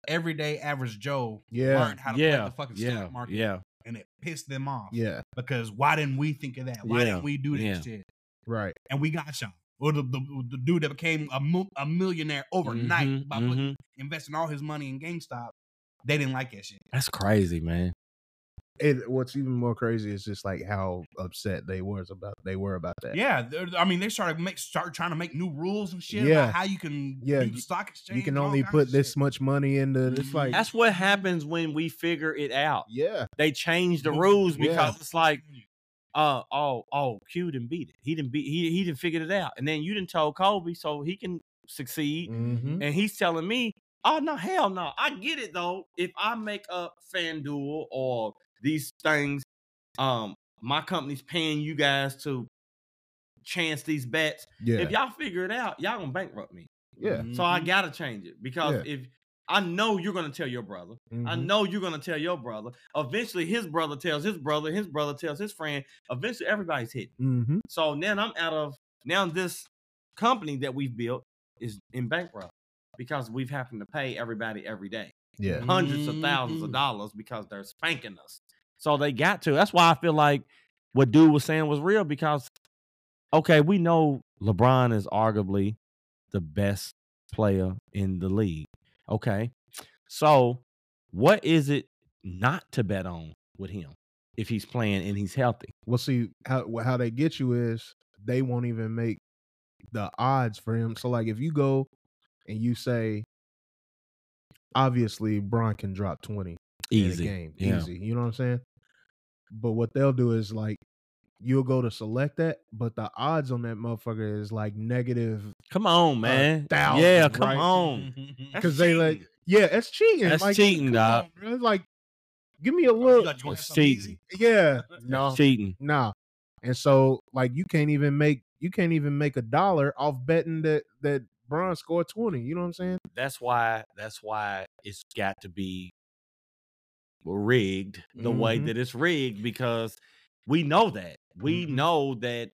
S1: everyday average Joe
S3: yeah.
S1: learned how to play
S2: yeah,
S1: the fucking
S2: yeah,
S1: stock market,
S2: yeah,
S1: and it pissed them off.
S3: Yeah.
S1: Because why didn't we think of that? Why
S2: Yeah,
S1: didn't we do that
S2: yeah.
S1: shit?
S3: Right.
S1: And we got y'all. Or the, the, the dude that became a, mo- a millionaire overnight
S2: Mhm,
S1: by fucking
S2: mhm.
S1: investing all his money in GameStop. They didn't like that shit.
S2: That's crazy, man.
S3: It, what's even more crazy is just like how upset they was about they were about that.
S1: Yeah, they're- I mean, they started make start trying to make new rules and shit
S3: Yeah.
S1: about how you can
S3: Yeah,
S1: do
S3: you-
S1: the stock exchange.
S3: You can
S1: and all
S3: only
S1: kinds
S3: put
S1: of
S3: this
S1: shit.
S3: much money into it's
S1: Mhm.
S3: like
S2: Mm-hmm. That's what happens when we figure it out.
S3: yeah.
S2: They change the
S1: Yeah.
S2: rules
S3: Yeah.
S2: because it's like, uh, oh, oh, Q didn't beat it. He didn't beat. He he didn't figure it out. And then you didn't tell Kobe, so he can succeed.
S3: Mhm.
S2: And he's telling me, oh no, hell no. I get it though. If I make up FanDuel or these things, um, my company's paying you guys to chance these bets.
S3: Yeah.
S2: If y'all figure it out, y'all gonna bankrupt me.
S3: yeah.
S2: So I gotta change it because
S3: Yeah.
S2: if I know you're gonna tell your brother. I
S3: Mhm.
S2: know you're gonna tell your brother. Eventually, his brother tells his brother. His brother tells his friend. Eventually, everybody's hit.
S3: Mhm.
S2: So now I'm out of now this company that we've built is in bankrupt because we've happened to pay everybody every day
S3: Yeah.
S2: hundreds of thousands of
S1: Mhm.
S2: dollars because they're spanking us. So they got to. That's why I feel like what dude was saying was real because okay, we know LeBron is arguably the best player in the league. Okay. So What is it not to bet on with him if he's playing and he's healthy?
S3: Well, see how wh- how they get you is they won't even make the odds for him. So like if you go and you say, obviously Bron can drop twenty in a
S2: Easy.
S3: game,
S2: Yeah.
S3: easy. You know what I'm saying? But what they'll do is like you'll go to select that, but the odds on that motherfucker is like negative.
S2: Come on, man.
S3: thousand,
S2: yeah, come
S3: right?
S1: Mm-hmm.
S2: on.
S3: Because they like, yeah, that's cheating.
S2: That's
S3: like,
S2: cheating,
S3: come
S2: dog.
S3: on, bro. Like, give me a
S1: Oh, you
S3: look.
S1: thought you gonna have
S2: It's
S1: something
S2: cheating.
S1: easy?
S3: Yeah, no,
S2: Cheating.
S3: nah. And so like you can't even make you can't even make a dollar off betting that that Bron scored twenty. You know what I'm saying?
S2: That's why. That's why it's got to be rigged the way
S3: Mhm.
S2: that it's rigged because we know that we
S1: Mhm.
S3: Mm-hmm.
S2: know that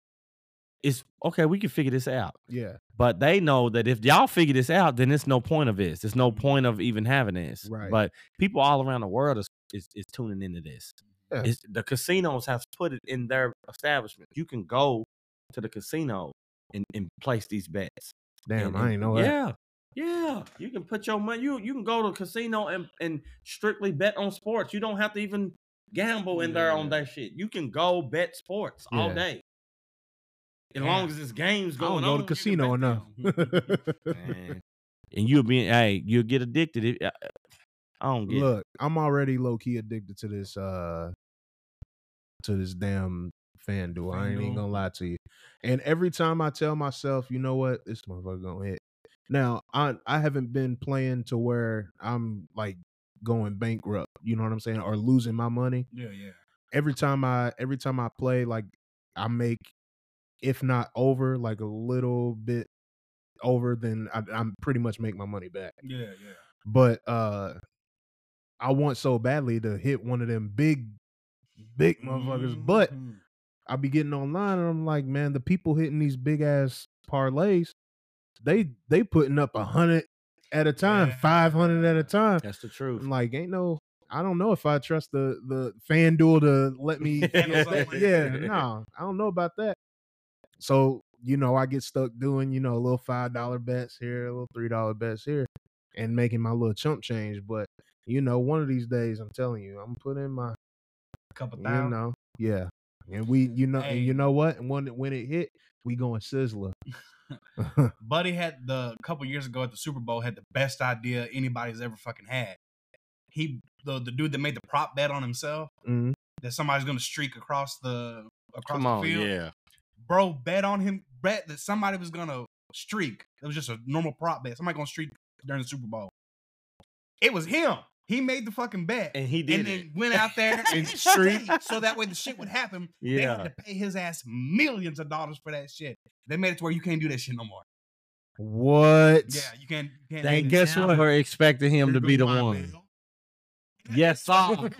S2: it's okay. We can figure this out.
S3: Yeah,
S2: But they know that if y'all figure this out, then it's no point of this. There's no point of even having this.
S3: Right.
S2: But people all around the world is is, is tuning into this.
S3: Yeah.
S2: It's, the casinos have put it in their establishment. You can go to the casino and, and place these bets.
S3: damn,
S2: And-
S3: I
S2: and-
S3: ain't know that.
S2: Yeah. Yeah. You can put your money you you can go to a casino and, and strictly bet on sports. You don't have to even gamble in there on
S1: Yeah.
S2: that shit. You can go bet sports all
S3: Yeah.
S2: day. As
S1: Yeah.
S2: long as this game's
S3: I don't
S2: going on.
S3: go to
S2: you can
S3: casino
S2: bet
S3: enough.
S2: them. Man. and you'll be hey, you'll get addicted. If, I, I don't get it.
S3: Look, I'm already low key addicted to this uh to this damn FanDuel. I ain't even
S1: FanDuel.
S3: gonna lie to you. And every time I tell myself, you know what, this motherfucker gonna hit. Now I I haven't been playing to where I'm like going bankrupt. You know what I'm saying, or losing my money.
S1: Yeah, yeah.
S3: Every time I every time I play, like I make if not over, like a little bit over, then I, I'm pretty much make my money back
S1: Yeah,
S3: but uh I want so badly to hit one of them big big
S1: yeah.
S3: motherfuckers, but
S1: Mhm.
S3: I be getting online and I'm like, man, the people hitting these big ass parlays, they they putting up a hundred at a time,
S1: Yeah.
S3: five hundred at a time.
S2: That's the
S3: I'm
S2: truth.
S3: like, ain't no, I don't know if I trust the the FanDuel to let me.
S1: Handle something.
S3: yeah, no, I don't know about that. So you know, I get stuck doing you know little five dollar bets here, little three dollar bets here, and making my little chump change. But you know, one of these days, I'm telling you, I'm putting in my
S1: couple
S3: you
S1: thousand.
S3: know, yeah. And we, you know, and you
S1: Hey.
S3: know what? And when it- when it hit, we going sizzler.
S1: Buddy had the a couple years ago at the Super Bowl had the best idea anybody's ever fucking had. He the the dude that made the prop bet on himself
S3: Mhm.
S1: that somebody's gonna streak across the across
S2: Come
S1: the
S2: on,
S1: field.
S2: yeah.
S1: Bro bet on him bet that somebody was gonna streak. It was just a normal prop bet. Somebody gonna streak during the Super Bowl. It was him. He made the fucking bet.
S2: And he
S1: and
S2: did
S1: then
S2: it.
S1: went out there
S2: And
S1: and
S2: streaked.
S1: streaked so that way the shit would happen. They had
S2: Yeah.
S1: to pay his ass millions of dollars for that shit. They made it to where you can't do that shit no more.
S3: What?
S1: Yeah, you can't. You can't
S2: They
S1: do that.
S2: guess what? We're expecting him to be the one. Yes, sir.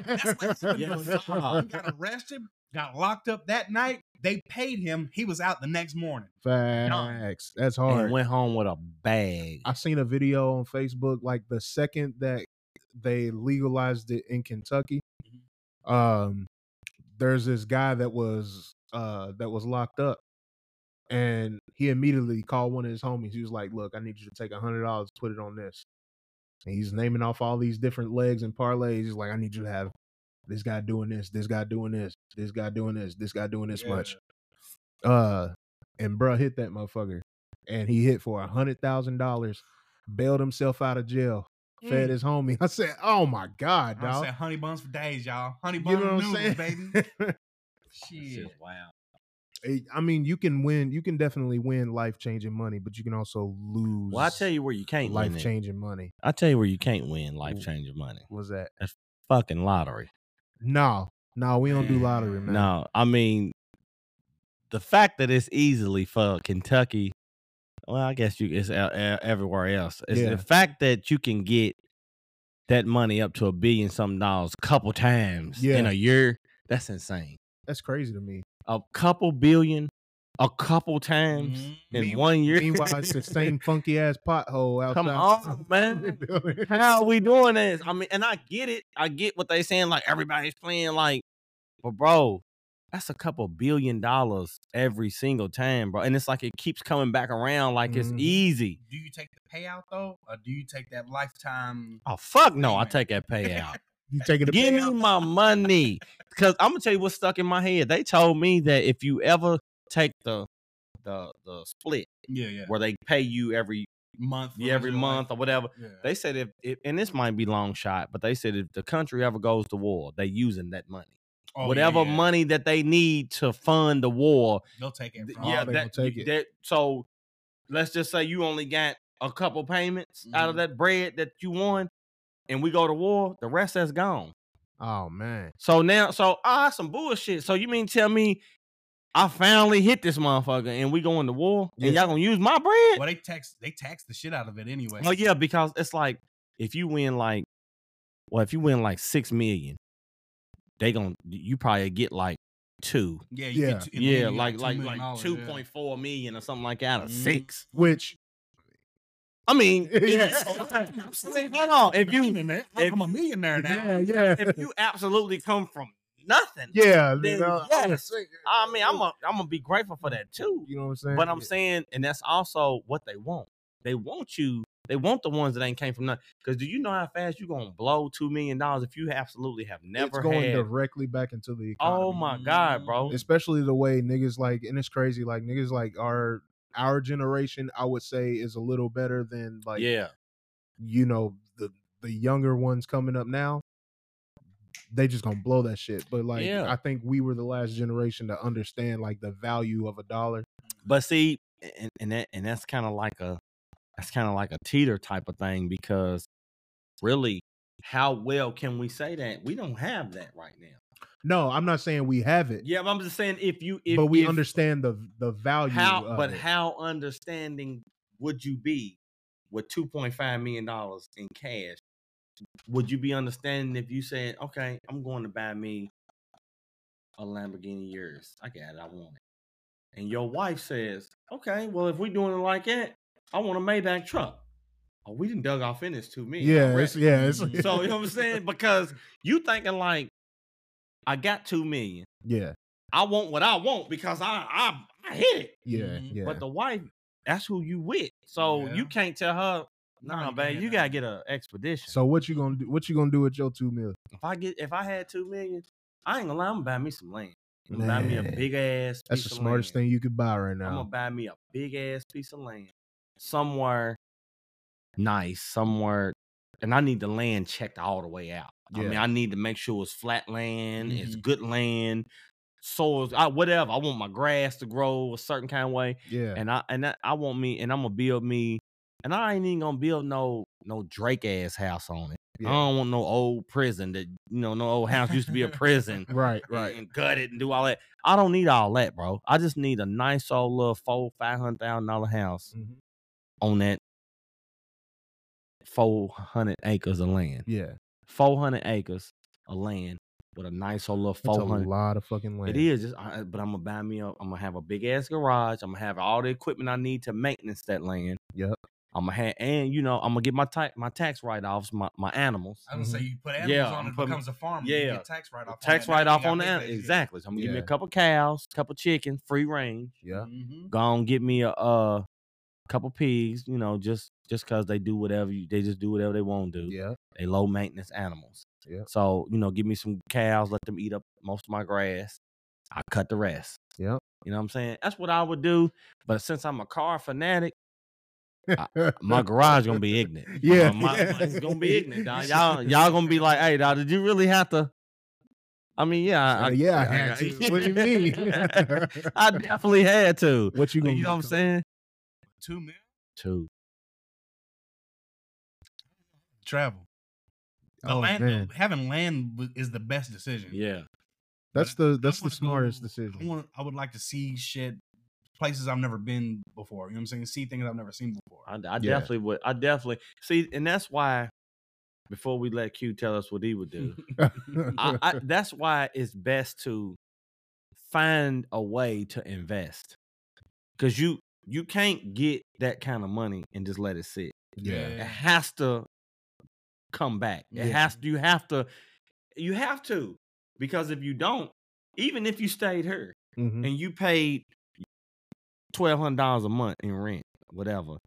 S1: That's like something
S2: Yes,
S1: that
S2: sir.
S1: got arrested, got locked up that night. They paid him. He was out the next morning.
S3: Facts. That's hard.
S2: And went home with a bag.
S3: I seen a video on Facebook like the second that they legalized it in Kentucky. Um, there's this guy that was uh that was locked up, and he immediately called one of his homies. He was like, "Look, I need you to take a hundred dollars, put it on this." And he's naming off all these different legs and parlays. He's like, "I need you to have this guy doing this, this guy doing this, this guy doing this, this guy doing this much." Uh, and bruh hit that motherfucker, and he hit for a hundred thousand dollars, bailed himself out of jail, fed his homie. I said, "Oh my god,
S1: Mm. I
S3: dog!"
S1: said honey buns for days, y'all. Honey
S3: You
S1: buns,
S3: know what I'm
S1: noodles,
S3: saying,
S1: baby.
S2: That's
S1: Shit.
S2: just Wow.
S3: It- I mean, you can win. You can definitely win life changing money, but you can also lose.
S2: Well, I tell you where you can't
S3: life
S2: win. it.
S3: changing money.
S2: I tell you where you can't win life changing money.
S3: Was that?
S2: Fucking lottery.
S3: No, no, we don't do lottery, man.
S2: No, I mean the fact that it's easily for Kentucky. Well, I guess you it's e- e- everywhere else. It's
S3: Yeah.
S2: the fact that you can get that money up to a billion something dollars a couple times in
S3: Yeah.
S2: a year. That's insane.
S3: that's crazy to me.
S2: A couple billion, a couple times
S1: Mhm.
S2: in
S1: Me-
S2: one year.
S3: Mm-hmm. Meanwhile, it's the same funky ass pothole outside.
S2: Come on, man. How we doing this? I mean, and I get it. I get what they saying. Like everybody's playing. Like, but bro, that's a couple billion dollars every single time, bro. And it's like it keeps coming back around like it's
S3: Mhm.
S2: easy.
S1: Do you take the payout though, or do you take that lifetime?
S2: Oh fuck no, I
S1: Payment.
S2: take that payout.
S3: You taking the
S2: Give me
S3: payout?
S2: my money. Cause I'm gonna tell you what's stuck in my head. They told me that if you ever take the the the split
S1: Yeah, yeah.
S2: where they pay you every
S1: Month, for the rest
S2: every
S1: of your
S2: month
S1: life?
S2: or whatever,
S1: Yeah.
S2: they said if, if and this might be long shot, but they said if the country ever goes to war, they using that money.
S1: Oh, yeah,
S2: whatever
S1: yeah.
S2: money that they need to fund the war.
S1: they'll take it.
S2: th-
S1: from
S2: yeah,
S1: all
S3: they
S1: the-
S3: gonna
S2: that,
S3: take
S2: you-
S3: it.
S2: that- so let's just say you only got a couple payments out of
S3: Mm-hmm.
S1: Mhm.
S2: that bread that you won, and we go to war, the rest that's gone.
S3: Oh man,
S2: So now, so ah, some bullshit. So you mean tell me I finally hit this motherfucker and we going to war and
S3: Yeah.
S2: y'all gonna use my bread?
S1: Well, they tax they tax the shit out of it anyway.
S2: Oh yeah, because it's like if you win like, well, if you win like six million, they gonna you probably get like two.
S1: yeah, you
S3: Yeah.
S1: Get two, in the
S2: yeah,
S1: end, you
S2: like
S1: got
S2: like
S1: $2 million,
S2: like
S1: yeah.
S2: two point four million or something like that, or
S1: Mhm.
S2: six.
S3: which
S2: I mean,
S3: Yeah.
S2: I'm saying, hold on. If you if-
S4: I'm a millionaire now.
S3: yeah, yeah,
S2: if you absolutely come from nothing,
S3: yeah.
S2: then
S3: you know,
S2: yes. I mean, I'm a, I'm gonna be grateful for that too.
S3: you know what I'm saying?
S2: But I'm
S3: Yeah.
S2: saying, and that's also what they want. They want you. They want the ones that ain't came from nothing. Because do you know how fast you gonna blow two million dollars if you absolutely have
S3: it's
S2: never
S3: going
S2: had?
S3: directly back into the economy.
S2: oh my god, bro!
S3: especially the way niggas like, and it's crazy. Like niggas like our our generation, I would say, is a little better than like
S2: yeah,
S3: you know the the younger ones coming up now. They just gonna blow that shit. But like,
S2: Yeah.
S3: I think we were the last generation to understand like the value of a dollar.
S2: but see, and, and that and that's kind of like a that's kind of like a teeter type of thing because really, how well can we say that we don't have that right now?
S3: No, I'm not saying we have it,
S2: Yeah, but I'm just saying if you if
S3: but we
S2: if
S3: understand the the value.
S2: how
S3: of
S2: but
S3: it.
S2: how understanding would you be with two point five million dollars in cash? Would you be understanding if you said, "Okay, I'm going to buy me a Lamborghini Urus. I got it. I want it." And your wife says, "Okay, well, if we're doing it like that, I want a Maybach truck." Oh, we didn't dug off in this two million.
S3: yeah, it's,
S2: already.
S3: yeah, it's,
S1: Mhm.
S2: So you know what I'm saying? Because you thinking like, I got two million.
S3: yeah,
S2: I want what I want because I I, I hit it.
S3: yeah,
S1: Mhm.
S3: yeah.
S2: But Mm-hmm. the wife, that's who you with. So
S1: Yeah.
S2: you can't tell her,
S1: No,
S2: nah,
S1: you
S2: babe,
S1: can't,
S2: you
S1: nah."
S2: gotta get an expedition.
S3: so what you gonna do? What you gonna do with your two mil?
S2: if I get if I had two million, I ain't gonna lie, I'm gonna buy me some land. I'm gonna buy me a
S3: Man,
S2: big ass
S3: That's
S2: piece
S3: the
S2: of
S3: smartest
S2: land.
S3: thing you could buy right
S2: I'm gonna
S3: now.
S2: buy me a big ass piece of land somewhere nice, somewhere and I need the land checked all the way out. I mean,
S3: Yeah. Mm-hmm.
S2: I need to make sure it's flat land, it's
S1: Mhm.
S2: good land, soils, I, whatever. I want my grass to grow a certain kind of way.
S3: yeah,
S2: and I and I, I want me and I'm gonna build me and I ain't even gonna build no no Drake ass house on it. I
S3: yeah.
S2: don't want no old prison that you know no old house used to be a prison.
S3: right,
S2: and-
S3: right.
S2: and gut it and do all that. I don't need all that, bro. I just need a nice old little four five hundred thousand dollar house
S3: Mhm.
S2: on that four hundred acres of land.
S3: Yeah,
S2: Four hundred acres of land with a nice old little
S3: that's a
S2: four hundred
S3: lot of fucking land.
S2: it is just, I, but I'm gonna buy me up. I'm gonna have a big ass garage. I'm gonna have all the equipment I need to maintenance that land.
S3: Yep.
S2: I'm gonna have, and you know, I'm gonna get my ta- my tax write offs, my my animals,
S1: I would say you put animals
S2: Mm-hmm. Yeah,
S1: on
S2: I'm
S1: it, it
S2: putting-
S1: becomes a farm. you
S2: yeah.
S1: get tax write off.
S2: tax write off on the an- exactly. So I'm gonna give me
S3: Yeah.
S2: a couple cows, couple chicken, free range.
S3: Yeah,
S1: Mm-hmm.
S2: Go on, get me a uh, couple pigs. You know, just just cause they do whatever you, they just do whatever they want to do.
S3: yeah,
S2: They low maintenance animals.
S3: Yep.
S2: So you know, give me some cows, let them eat up most of my grass. I cut the rest.
S3: Yep.
S2: You know what I'm saying? That's what I would do. But since I'm a car fanatic, my garage gonna be ignorant. You
S3: Yeah,
S2: know, my,
S3: yeah.
S2: it's gonna be ignorant. dawg. Y'all, y'all gonna be like, "Hey, dawg, did you really have to?" I mean, yeah, I,
S3: Uh, yeah, I had to. What do you mean?
S2: I definitely had to.
S3: What you gonna?
S2: You know what I'm saying?
S1: Two mil
S2: Two.
S1: travel. The
S3: Oh,
S1: land,
S3: man.
S1: having land w- is the best decision.
S2: Yeah.
S3: That's
S1: But I-
S3: the that's
S1: I
S3: the
S1: wanna
S3: smartest
S1: go- I,
S3: decision.
S1: want, I would like to see shit, places I've never been before. You know what I'm saying? See things I've never seen before.
S2: I, I definitely would. I definitely see, and that's why. Before we let Q tell us what he would do, I, I, that's why it's best to find a way to invest because you you can't get that kind of money and just let it sit.
S3: yeah,
S2: It
S1: Yeah.
S2: has to come back. It
S3: Yeah.
S2: has. You have to. You have to because if you don't, even if you stayed here
S3: Mhm.
S2: and you paid twelve hundred dollars a month in rent, whatever,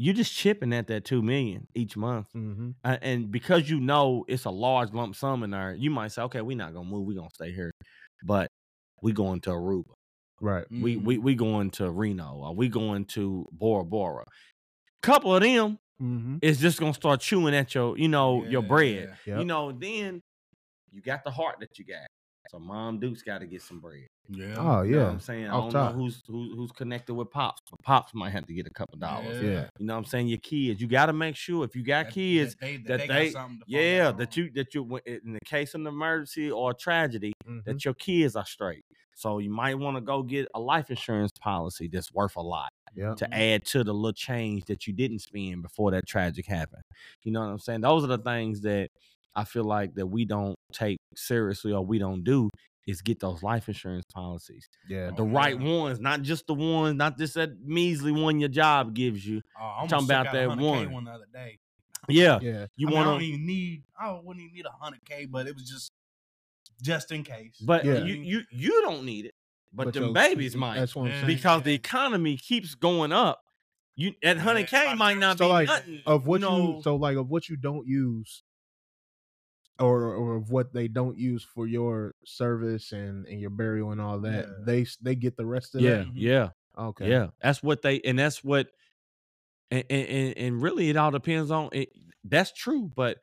S2: you're just chipping at that two million each month.
S3: Mhm.
S2: Uh, and because you know it's a large lump sum in there, you might say, okay, we're not gonna move, we're gonna stay here, but we going to Aruba,
S3: Right.
S2: we
S1: Mhm.
S2: we
S3: Mm-hmm.
S2: we going to Reno, or we going to Bora Bora. Couple of them
S3: Mm-hmm.
S2: is just gonna start chewing at your, you know, your bread.
S1: Yeah.
S2: You
S3: Yep.
S2: know, then you got the heart that you got. So mom Duke's got to get some bread.
S1: Yeah.
S2: You
S3: Oh
S2: know what
S3: yeah.
S2: I'm saying? I
S3: off
S2: don't
S3: top.
S2: know who's who, who's connected with Pops. But Pops might have to get a couple dollars.
S1: Yeah.
S3: Yeah.
S2: You know what I'm saying? Your kids. You gotta make sure if you got
S1: That-
S2: kids,
S1: that they, that
S2: that
S1: they got
S2: they-
S1: something to fall
S2: yeah,
S1: back
S2: that
S1: on.
S2: you that you when- in the case of an emergency or a tragedy,
S3: Mhm.
S2: that your kids are straight. So you might want to go get a life insurance policy that's worth a lot
S3: Yeah.
S2: to
S1: Mhm.
S2: add to the little change that you didn't spend before that tragic happened. You know what I'm saying? Those are the things that I feel like that we don't take seriously or we don't do is get those life insurance policies.
S3: Yeah.
S2: The
S1: Oh,
S2: right
S1: yeah.
S2: ones, not just the ones, not just that measly one your job gives you.
S1: Oh, I almost
S2: talking
S1: took
S2: about
S1: out
S2: that
S1: 100K
S2: one.
S1: one the other day.
S2: Yeah.
S3: Yeah.
S2: You
S1: I mean, I
S2: want
S1: don't
S2: to
S1: even need. I wouldn't even need a hundred k, but it was just just in case.
S2: but
S3: Yeah.
S2: you, you you don't need it. But, them
S3: your-
S2: babies might.
S3: That's what I'm
S1: Yeah.
S3: saying.
S2: because the
S1: Yeah.
S2: economy keeps going up. You at
S1: Yeah,
S2: hundred K
S1: it's
S2: might
S1: about-
S2: not
S3: So,
S2: be
S3: like,
S2: nothing.
S3: of what
S2: know-
S3: you so like of what you don't use or or of what they don't use for your service and and your burial and all that
S1: Yeah.
S3: they s- they get the rest of
S2: yeah,
S3: that
S2: yeah,
S3: Mhm. okay
S2: yeah. That's what they and that's what and and, and- and really it all depends on it. That's true, but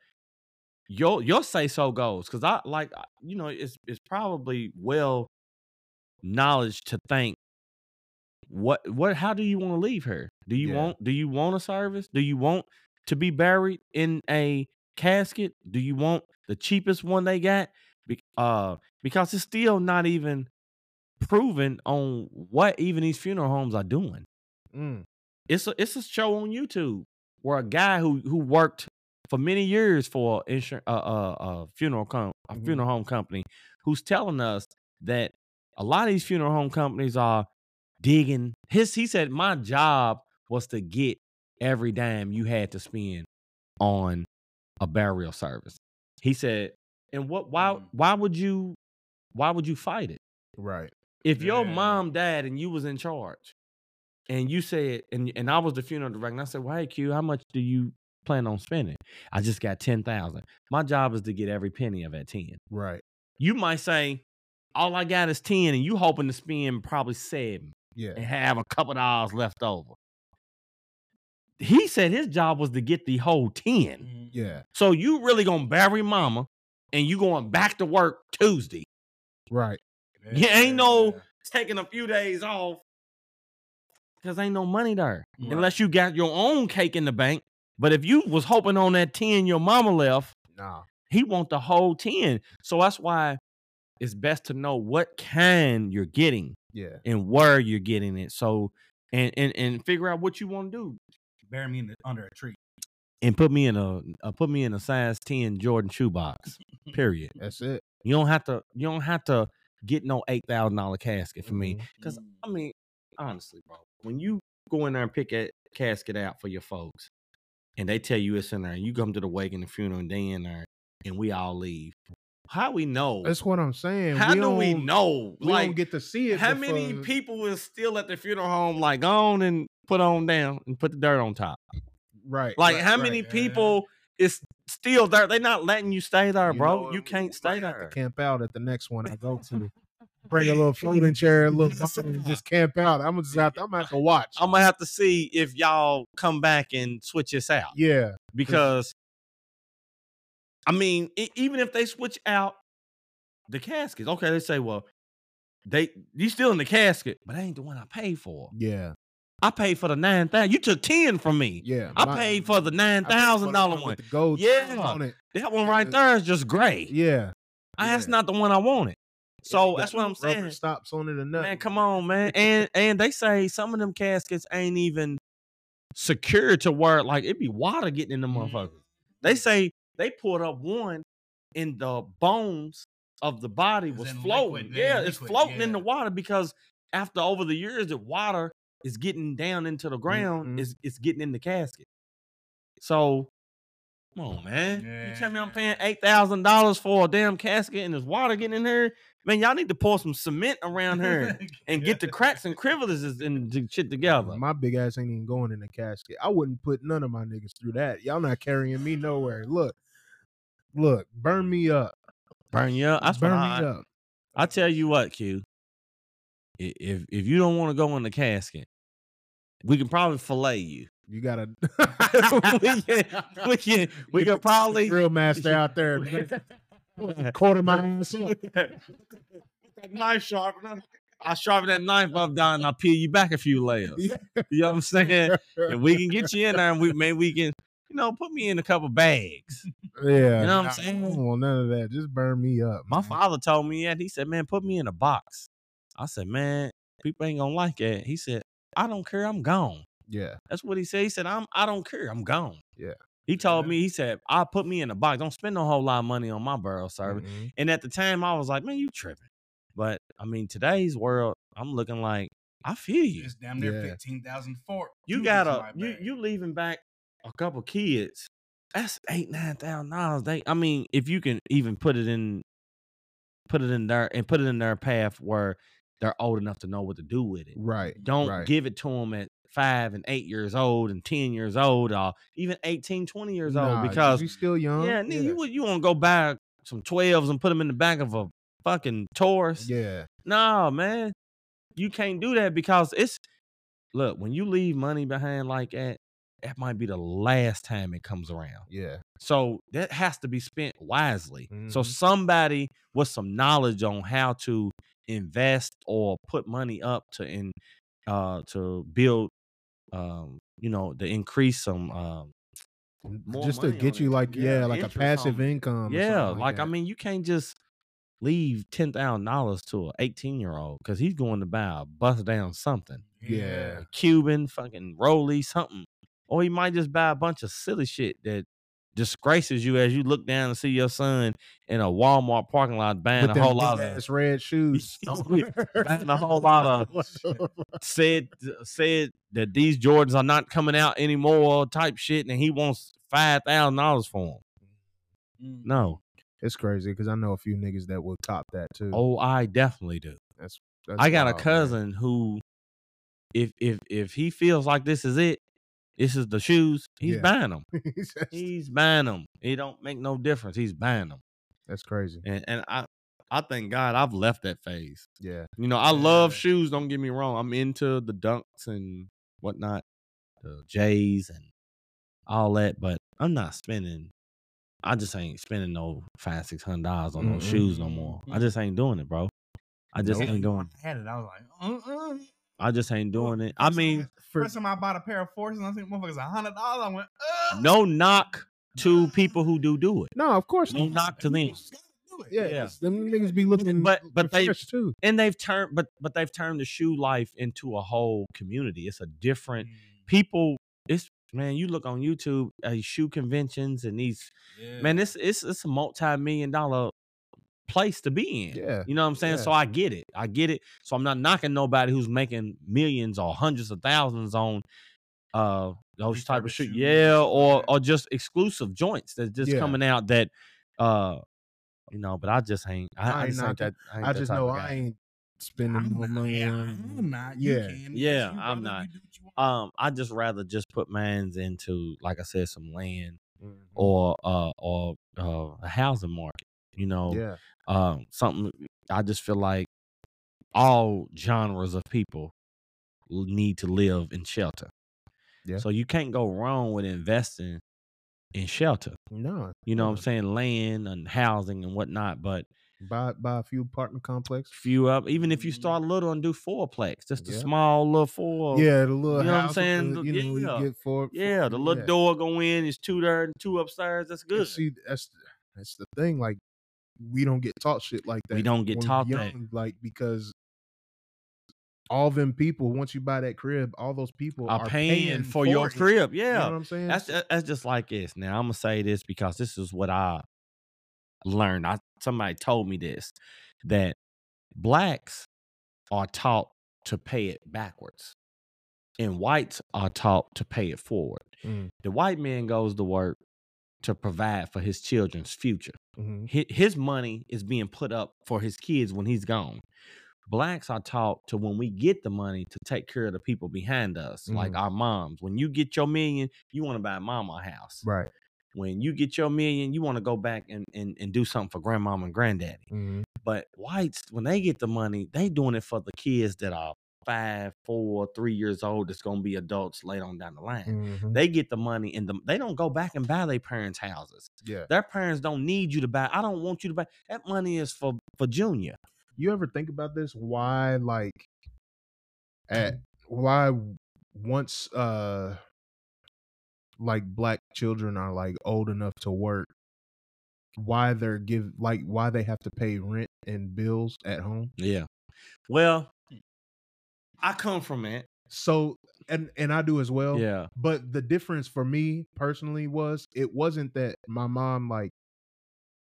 S2: your your say so goes because I like I- you know it's it's probably well knowledge to think what what how do you want to leave her? Do you
S3: Yeah.
S2: want do you want a service? Do you want to be buried in a casket? Do you want the cheapest one they got? Be, uh, because it's still not even proven on what even these funeral homes are doing.
S3: Mm,
S2: It's a it's a show on YouTube where a guy who who worked for many years for insurance uh, uh, uh funeral com- a
S3: Mhm.
S2: funeral home company who's telling us that a lot of these funeral home companies are digging his he said my job was to get every dime you had to spend on a burial service. He said, and what why
S1: Mm.
S2: why would you why would you fight it?
S3: right
S2: If your
S1: Yeah.
S2: mom died and you was in charge, and you said, and and I was the funeral director, and I said, "Well, hey Q, how much do you plan on spending?" I just got ten thousand. My job is to get every penny of that ten.
S3: right
S2: You might say, "All I got is ten, and you hoping to spend probably seven and
S3: yeah
S2: have a couple dollars left over." He said his job was to get the whole ten.
S1: Mhm.
S3: yeah
S2: So you really gonna bury mama, and you going back to work Tuesday,
S3: right
S2: You ain't no- taking a few days off because ain't no money there
S1: Right.
S2: unless you got your own cake in the bank. But if you was hoping on that ten your mama left,
S3: nah
S2: he want the whole ten. So that's why it's best to know what kind you're getting
S3: yeah
S2: and where you're getting it. So and and and figure out what you want to do
S1: bury me in the, under a tree.
S2: and put me in a uh, put me in a size ten Jordan shoe box. Period.
S3: that's it
S2: You don't have to. You don't have to get no eight thousand dollar casket for me.
S3: Mhm.
S2: 'Cause
S1: Mm.
S2: I mean, honestly, bro, when you go in there and pick a casket out for your folks, and they tell you it's in there, and you come to the wake and the funeral, and they in there, and we all leave. How we know?
S3: that's what i'm saying
S2: How
S3: we
S2: do we
S3: don't-
S2: know?
S3: we don't get to see it
S2: how many
S3: before-
S2: people is still at the funeral home? Like, go on and put on down and put the dirt on top.
S3: right
S2: Like,
S3: right,
S2: how
S3: right.
S2: many
S1: yeah.
S2: people is still there? They're not letting you stay there,
S3: You
S2: bro.
S3: know,
S2: you
S3: we-
S2: can't
S3: we
S2: stay
S3: might have to
S2: there.
S3: camp out at the next one i go to bring a little floating chair a little something and just camp out i'm just out i'm gonna have to watch
S2: I'm gonna have to see if y'all come back and switch this out.
S3: yeah
S2: because I mean, e- even if they switch out the caskets, okay, they say, well, they you still in the casket, but that ain't the one I paid for.
S3: yeah
S2: I paid for the nine thousand. You took ten from me.
S3: yeah
S2: I
S3: my-
S2: paid for the nine
S3: I paid for
S2: thousand
S3: the
S2: dollar
S3: with
S2: one.
S3: the gold
S2: Yeah.
S3: on it.
S2: That one right there is just gray.
S3: Yeah.
S2: I, that's
S3: yeah.
S2: not the one I wanted. So that's what I'm
S3: Rubber
S2: saying.
S3: stops on it or nothing.
S2: Man, come on, man. And and they say some of them caskets ain't even secure to where like it'd be water getting in the
S1: Mhm.
S3: Mm-hmm.
S2: motherfuckers. They say they pulled up one and the bones of the body
S1: It's
S2: was
S1: in
S2: floating.
S1: liquid, yeah,
S2: yeah, it's
S1: liquid,
S2: floating in
S1: yeah.
S2: the water because after over the years the water is getting down into the ground,
S1: Mm-hmm.
S3: mhm.
S2: it's it's getting in the casket. So come on, man. You tell me I'm paying eight thousand dollars for a damn casket and there's water getting in there. Man, y'all need to pour some cement around her and get the cracks and privileges and t- shit together.
S3: My big ass ain't even going in the casket. I wouldn't put none of my niggas through that. Y'all not carrying me nowhere. Look, look, burn me up.
S2: Burn you up. That's
S3: burn
S2: what
S3: me
S2: I,
S3: up.
S2: I tell you what, Q. i- If if you don't want to go in the casket, we can probably fillet you.
S3: You gotta.
S2: we can we can, we can probably
S3: Real master out there. Quarter my ass up.
S2: That knife sharpener. I sharpen that knife up, Don, and I peel you back a few layers.
S3: Yeah.
S2: You know what I'm saying? And we can get you in there, and we maybe we can, you know, put me in a couple bags.
S3: Yeah.
S2: You know what I'm
S3: I don't
S2: saying?
S3: want none of that. Just burn me up.
S2: My
S3: man.
S2: father told me that. He said, "Man, put me in a box." I said, "Man, people ain't gonna like it." He said, "I don't care. I'm gone."
S3: Yeah.
S2: That's what he said. He said, "I'm. I don't care. I'm gone."
S3: Yeah.
S2: He told
S1: Yeah.
S2: me. He said, "I put me in a box. Don't spend no whole lot of money on my burial service."
S3: Mhm.
S2: And at the time, I was like, "Man, you tripping." But I mean, today's world, I'm looking like I feel you.
S1: It's damn near
S3: Yeah.
S1: fifteen thousand for
S2: You got a you you leaving back a couple kids. That's eight nine thousand dollars. They, I mean, if you can even put it in, put it in their and put it in their path where they're old enough to know what to do with it.
S3: Right.
S2: Don't
S3: right.
S2: give it to them at five and eight years old and ten years old or even 18, 20 years
S3: Nah,
S2: old
S3: 'cause
S2: because
S3: you still young.
S2: yeah, nigga, you would you want to go buy some twelves and put them in the back of a fucking Taurus?
S3: Yeah.
S2: No, man, you can't do that because it's look when you leave money behind like that, that might be the last time it comes around.
S3: Yeah.
S2: So that has to be spent wisely. So
S3: Mhm.
S2: somebody with some knowledge on how to invest or put money up to in uh to build um you know to increase some um
S3: N-
S2: more
S3: just to
S2: money
S3: get
S2: on
S3: you
S2: it.
S3: like
S2: Yeah,
S3: yeah, like a
S2: interest
S3: passive
S2: on it.
S3: income. or something
S2: yeah,
S3: like,
S2: like, I
S3: that.
S2: mean, you can't just leave ten thousand dollars to an eighteen year old because he's going to buy a bust down something,
S3: yeah,
S2: a Cuban fucking Roly something, or he might just buy a bunch of silly shit that disgraces you as you look down and see your son in a Walmart parking lot buying
S3: with
S2: a
S3: them
S2: whole
S3: big
S2: lot of
S3: ass red shoes,
S2: buying a whole lot of said said that these Jordans are not coming out anymore type shit, and he wants five thousand dollars for them.
S1: Mm.
S2: No,
S3: it's crazy because I know a few niggas that will cop that too.
S2: oh, I definitely do.
S3: That's
S2: I got
S3: wild,
S2: a
S3: man.
S2: cousin who, if if if he feels like this is it, this is the shoes. He's
S3: Yeah.
S2: buying them.
S3: He says-
S2: He's buying them. It don't make no difference. He's buying them.
S3: that's crazy.
S2: And and I I thank God I've left that phase.
S3: Yeah,
S2: You know I love
S1: Yeah.
S2: shoes. Don't get me wrong. I'm into the dunks and whatnot, the J's and all that. But I'm not spending. I just ain't spending no five six hundred dollars on
S3: Mm-mm.
S2: those shoes no more. I
S1: Mm-mm.
S2: just ain't doing it, bro. I just
S3: Nope.
S2: ain't doing. it.
S1: I had it. I was like, uh, uh
S2: I just ain't
S1: Well,
S2: doing it. I
S1: first
S2: mean,
S1: time first time I bought a pair of forces, and I think motherfuckers a hundred dollars. I went, uh
S2: no knock to people who do do it.
S3: no, of course.
S2: No
S3: not.
S2: knock to them,
S3: Yeah,
S2: Yeah.
S3: 'cause them niggas be looking,
S2: But- but
S3: looking
S2: they-
S3: fresh, too.
S2: and they've turned, but but they've turned the shoe life into a whole community. It's a different people. It's man, you look on YouTube, uh, shoe conventions, and these man, it's it's it's a multi million dollar place to be in.
S3: Yeah,
S2: You know what I'm saying?
S3: yeah.
S2: So I get it. I get it. So I'm not knocking nobody who's making millions or hundreds of thousands on uh those type of
S1: Refurbished
S2: shit.
S1: shoes
S2: Yeah,
S1: and stuff
S2: or
S1: like that.
S2: or just exclusive joints that's just
S3: Yeah.
S2: coming out that uh you know, but I just ain't I, I,
S3: I ain't
S2: just ain't
S3: knocking-
S2: that ain't
S3: I
S2: that
S3: just
S2: type
S3: know
S2: of
S3: I
S2: guy.
S3: ain't
S1: I'm
S3: spending no
S1: not,
S3: money
S1: yeah, I'm
S3: on.
S1: not. You
S3: Yeah.
S1: can.
S2: Yeah,
S1: That's you, brother.
S2: I'm not.
S1: You do what you want.
S2: Um I just rather just put mines into like I said some land
S3: Mhm.
S2: or uh or uh a housing market, you know.
S3: yeah,
S2: um something i just feel like all genres of people l- need to live in shelter
S3: Yeah.
S2: so you can't go wrong with investing in shelter
S3: no,
S2: you know what i'm
S3: no.
S2: saying land and housing and whatnot but
S3: Buy buy a few apartment complex.
S2: few up even if you
S1: Mhm.
S2: start little and do fourplex just a
S3: Mm-hmm. Yeah.
S2: small little four
S3: Yeah, the little
S2: Oh. you know what I'm
S3: house with
S2: saying?
S3: the-
S2: The-
S3: you know,
S2: yeah.
S3: you get for
S2: yeah the little door go in is two there and two upstairs that's
S3: And
S2: good
S3: See, that's that's the thing. Like, we don't get taught shit like that.
S2: We don't get
S3: when we're
S2: taught that.
S3: Like because all them people, once you buy that crib, all those people
S2: are paying, for,
S3: for
S2: your
S3: it.
S2: crib yeah
S3: You know what I'm saying?
S2: That's
S3: So-
S2: ju- that's just like this. Now I'm gonna say this because this is what I learned. I somebody told me this that blacks are taught to pay it backwards, and whites are taught to pay it forward.
S3: Mm.
S2: The white man goes to work to provide for his children's future.
S3: Mm-hmm.
S2: Hi- His money is being put up for his kids when he's gone. Blacks are taught to when we get the money to take care of the people behind us, like
S3: Mhm.
S2: our moms. When you get your million, you want to buy mama a house.
S3: Right.
S2: When you get your million, you want to go back and, and, and do something for grandmom and granddaddy.
S3: Mhm.
S2: But whites, when they get the money, they doing it for the kids that are five, four, three years old that's gonna be adults later on down the line.
S1: Mm-hmm.
S3: Mhm.
S2: They get the money and the, they don't go back and buy their parents' houses.
S3: Yeah.
S2: Their parents don't need you to buy. I don't want you to buy. That money is for for junior.
S3: You ever think about this? Why like at why once uh like black children are like old enough to work, why they're give like why they have to pay rent and bills at home?
S2: Yeah. Well, I come from it.
S3: So and and I do as well.
S2: yeah.
S3: But the difference for me personally was it wasn't that my mom like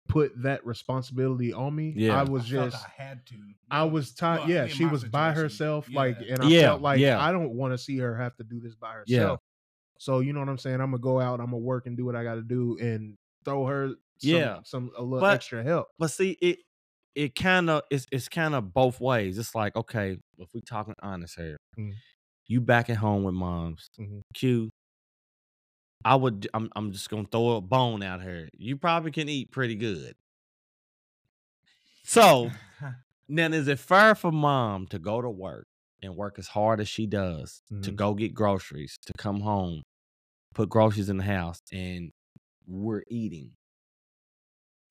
S3: put that responsibility on me.
S2: Yeah.
S3: I
S2: I
S3: was
S1: felt
S3: just
S1: I had to.
S3: I was tired.
S1: Well,
S3: yeah,
S1: in
S3: she
S1: my
S3: was by
S1: situation,
S3: herself.
S1: yeah.
S3: Like, and I
S2: Yeah,
S3: felt like
S2: yeah.
S3: I don't want to see her have to do this by herself.
S2: Yeah.
S3: So you know what I'm saying? I'm gonna go out. I'm gonna work and do what I got to do, and throw her. Some,
S2: Yeah.
S3: some a little
S2: But-
S3: extra help.
S2: But see, it it kind of it's it's kind of both ways. It's like okay, if we talking honest here,
S3: Mm.
S2: you back at home with moms.
S3: Mhm.
S2: Q. I would. I'm. I'm just gonna throw a bone out here. You probably can eat pretty good. So now, is it fair for mom to go to work and work as hard as she does to
S3: Mhm.
S2: go get groceries, to come home, put groceries in the house, and we're eating?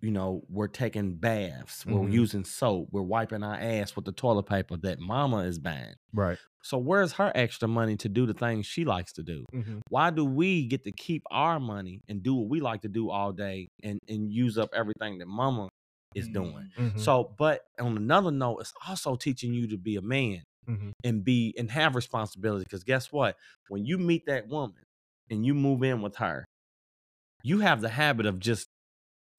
S2: You know, we're taking baths, we're
S3: Mhm.
S2: using soap, we're wiping our ass with the toilet paper that mama is buying.
S3: Right.
S2: So, where's her extra money to do the things she likes to do?
S3: Mm-hmm,
S2: Why do we get to keep our money and do what we like to do all day and, and use up everything that mama is
S1: Mm-hmm.
S2: doing?
S3: Mm-hmm.
S2: So, but on another note, it's also teaching you to be a man
S3: Mhm.
S2: and be and have responsibility. Because guess what? When you meet that woman and you move in with her, you have the habit of just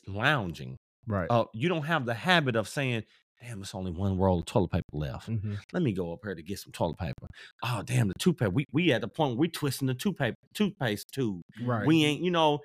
S2: lounging.
S3: mm-hmm, right.
S2: Uh, you don't have the habit of saying, "Damn, it's only one roll of toilet paper left.
S3: Mhm.
S2: Let me go up here to get some toilet paper." Oh, damn, the toothpaste. We we at the point where we twisting the toothpaste toothpaste tube.
S3: Right.
S2: We ain't, you know.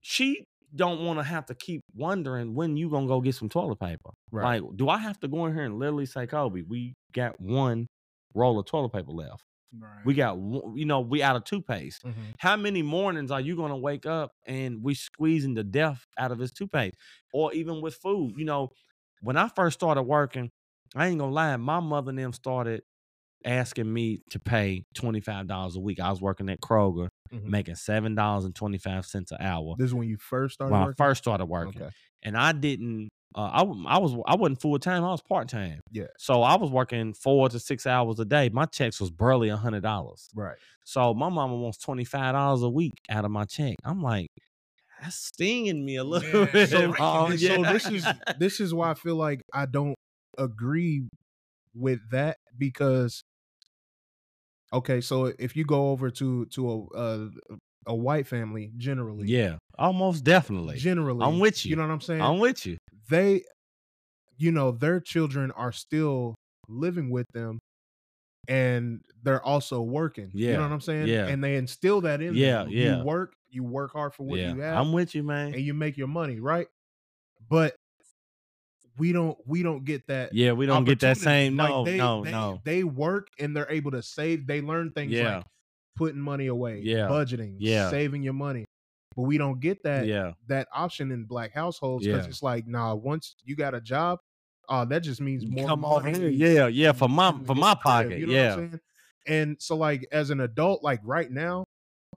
S2: She don't want to have to keep wondering when you gonna go get some toilet paper.
S3: Right.
S2: Like, do I have to go in here and literally say, Kobe, we got one roll of toilet paper left.
S1: Mm, Right.
S2: We got, one, you know, we out of toothpaste.
S3: Mhm.
S2: How many mornings are you going to wake up and we squeezing the death out of his toothpaste? Or even with food, you know, when I first started working, I ain't going to lie, my mother and them started asking me to pay $25 a week. I was working at Kroger,
S3: Mhm.
S2: making $7.25 an hour
S3: This is when you first started.
S2: when I
S3: working?
S2: first started working
S3: Okay.
S2: and I didn't. Uh, I wa- I was I wasn't full time. I was part time.
S3: Yeah.
S2: So I was working four to six hours a day. My checks was barely a hundred dollars.
S3: Right.
S2: So my mama wants twenty five dollars a week out of my check. I'm like, that's stinging me a little
S1: Yeah,
S2: bit.
S1: so-
S2: So,
S1: so
S3: So
S1: Yeah.
S3: this is this is why I feel like I don't agree with that because okay, so if you go over to to a a, a white family generally,
S2: yeah, almost definitely.
S3: generally,
S2: I'm with you.
S3: You know what I'm saying?
S2: I'm with you.
S3: they, you know, their children are still living with them, and they're also working. you
S2: Yeah,
S3: know what I'm saying?
S2: yeah.
S3: and they instill that in.
S2: Yeah,
S3: them.
S2: yeah.
S3: You work, you work hard for what
S2: yeah,
S3: you have
S2: I'm with you, man.
S3: and you make your money, right? But we don't we don't get that.
S2: yeah, we don't get that
S3: opportunity.
S2: same.
S3: Like,
S2: No,
S3: they-
S2: no,
S3: they-
S2: no.
S3: They work and they're able to save. They learn things
S2: Yeah,
S3: like putting money away,
S2: Yeah.
S3: budgeting,
S2: Yeah.
S3: saving your money. But we don't get that
S2: yeah,
S3: that option in black households because
S2: Yeah.
S3: it's like, nah, once you got a job, oh, that just means more.
S2: come over
S3: money
S2: here. Yeah, yeah, for my
S3: in
S2: for
S3: your
S2: my
S3: crib,
S2: pocket.
S3: you know
S2: yeah,
S3: what I'm saying? And so like as an adult, like right now,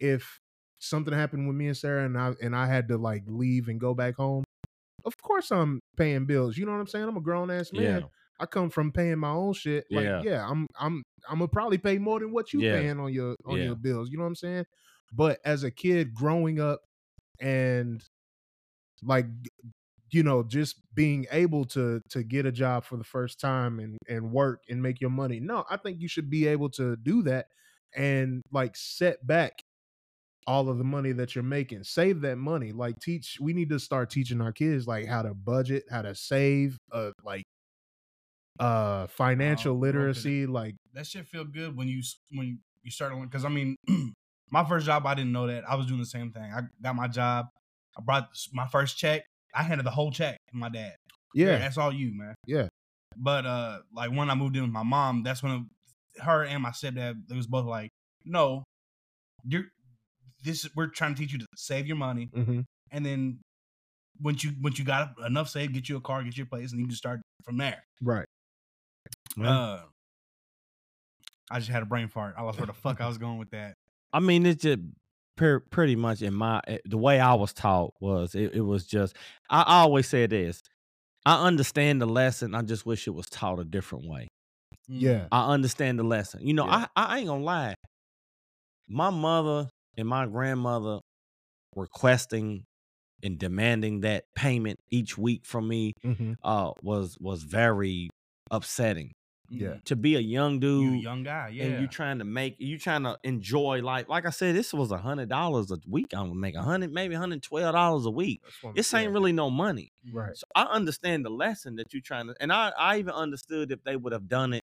S3: if something happened with me and Sarah and I and I had to like leave and go back home, of course I'm paying bills. You know what I'm saying? I'm a grown ass
S2: yeah,
S3: man. I come from paying my own shit. Like,
S2: Yeah.
S3: yeah. I'm I'm I'm gonna probably pay more than what you
S2: Yeah.
S3: paying on your on
S2: Yeah.
S3: your bills. You know what I'm saying? But as a kid growing up and like you know, just being able to to get a job for the first time and and work and make your money. No, I think you should be able to do that and like set back all of the money that you're making. Save that money. Like teach we need to start teaching our kids like how to budget, how to save, uh like uh financial
S1: Oh, broken it.
S3: literacy, like
S1: that shit feel good when you s- when you start on because I mean, my first job I didn't know that I was doing the same thing. I got my job, I brought s- my first check. I handed the whole check to my dad. "Here,
S3: Yeah.
S1: that's all you, man.
S3: Yeah.
S1: But uh, like when I moved in with my mom, that's when her and my stepdad they was both like, no, you're this. We're trying to teach you to save your money,
S3: hmm
S1: and then once you once you got enough saved, get you a car, get your place, and you can start from there.
S3: Right. Yeah.
S1: Uh, I just had a brain fart. I lost where the fuck I was going with that.
S2: I mean, it's just per, pretty much in my eh, the way I was taught was it, it was just I, I always say this. I understand the lesson. I just wish it was taught a different way.
S1: Mm.
S3: Yeah.
S2: I understand the lesson. You know,
S3: Yeah.
S2: I, I ain't gonna lie. My mother and my grandmother requesting and demanding that payment each week from me
S3: hmm
S2: uh, was was very upsetting.
S3: Yeah.
S2: To be a young dude,
S1: Mm, You a young guy, yeah.
S2: and you trying to make you trying to enjoy life. Like I said, this was a hundred dollars a week. I'm gonna make a hundred, maybe hundred twelve dollars a week. This ain't really no money.
S3: Oh, right.
S2: So I understand the lesson that you're trying to, and I I even understood if they would have done it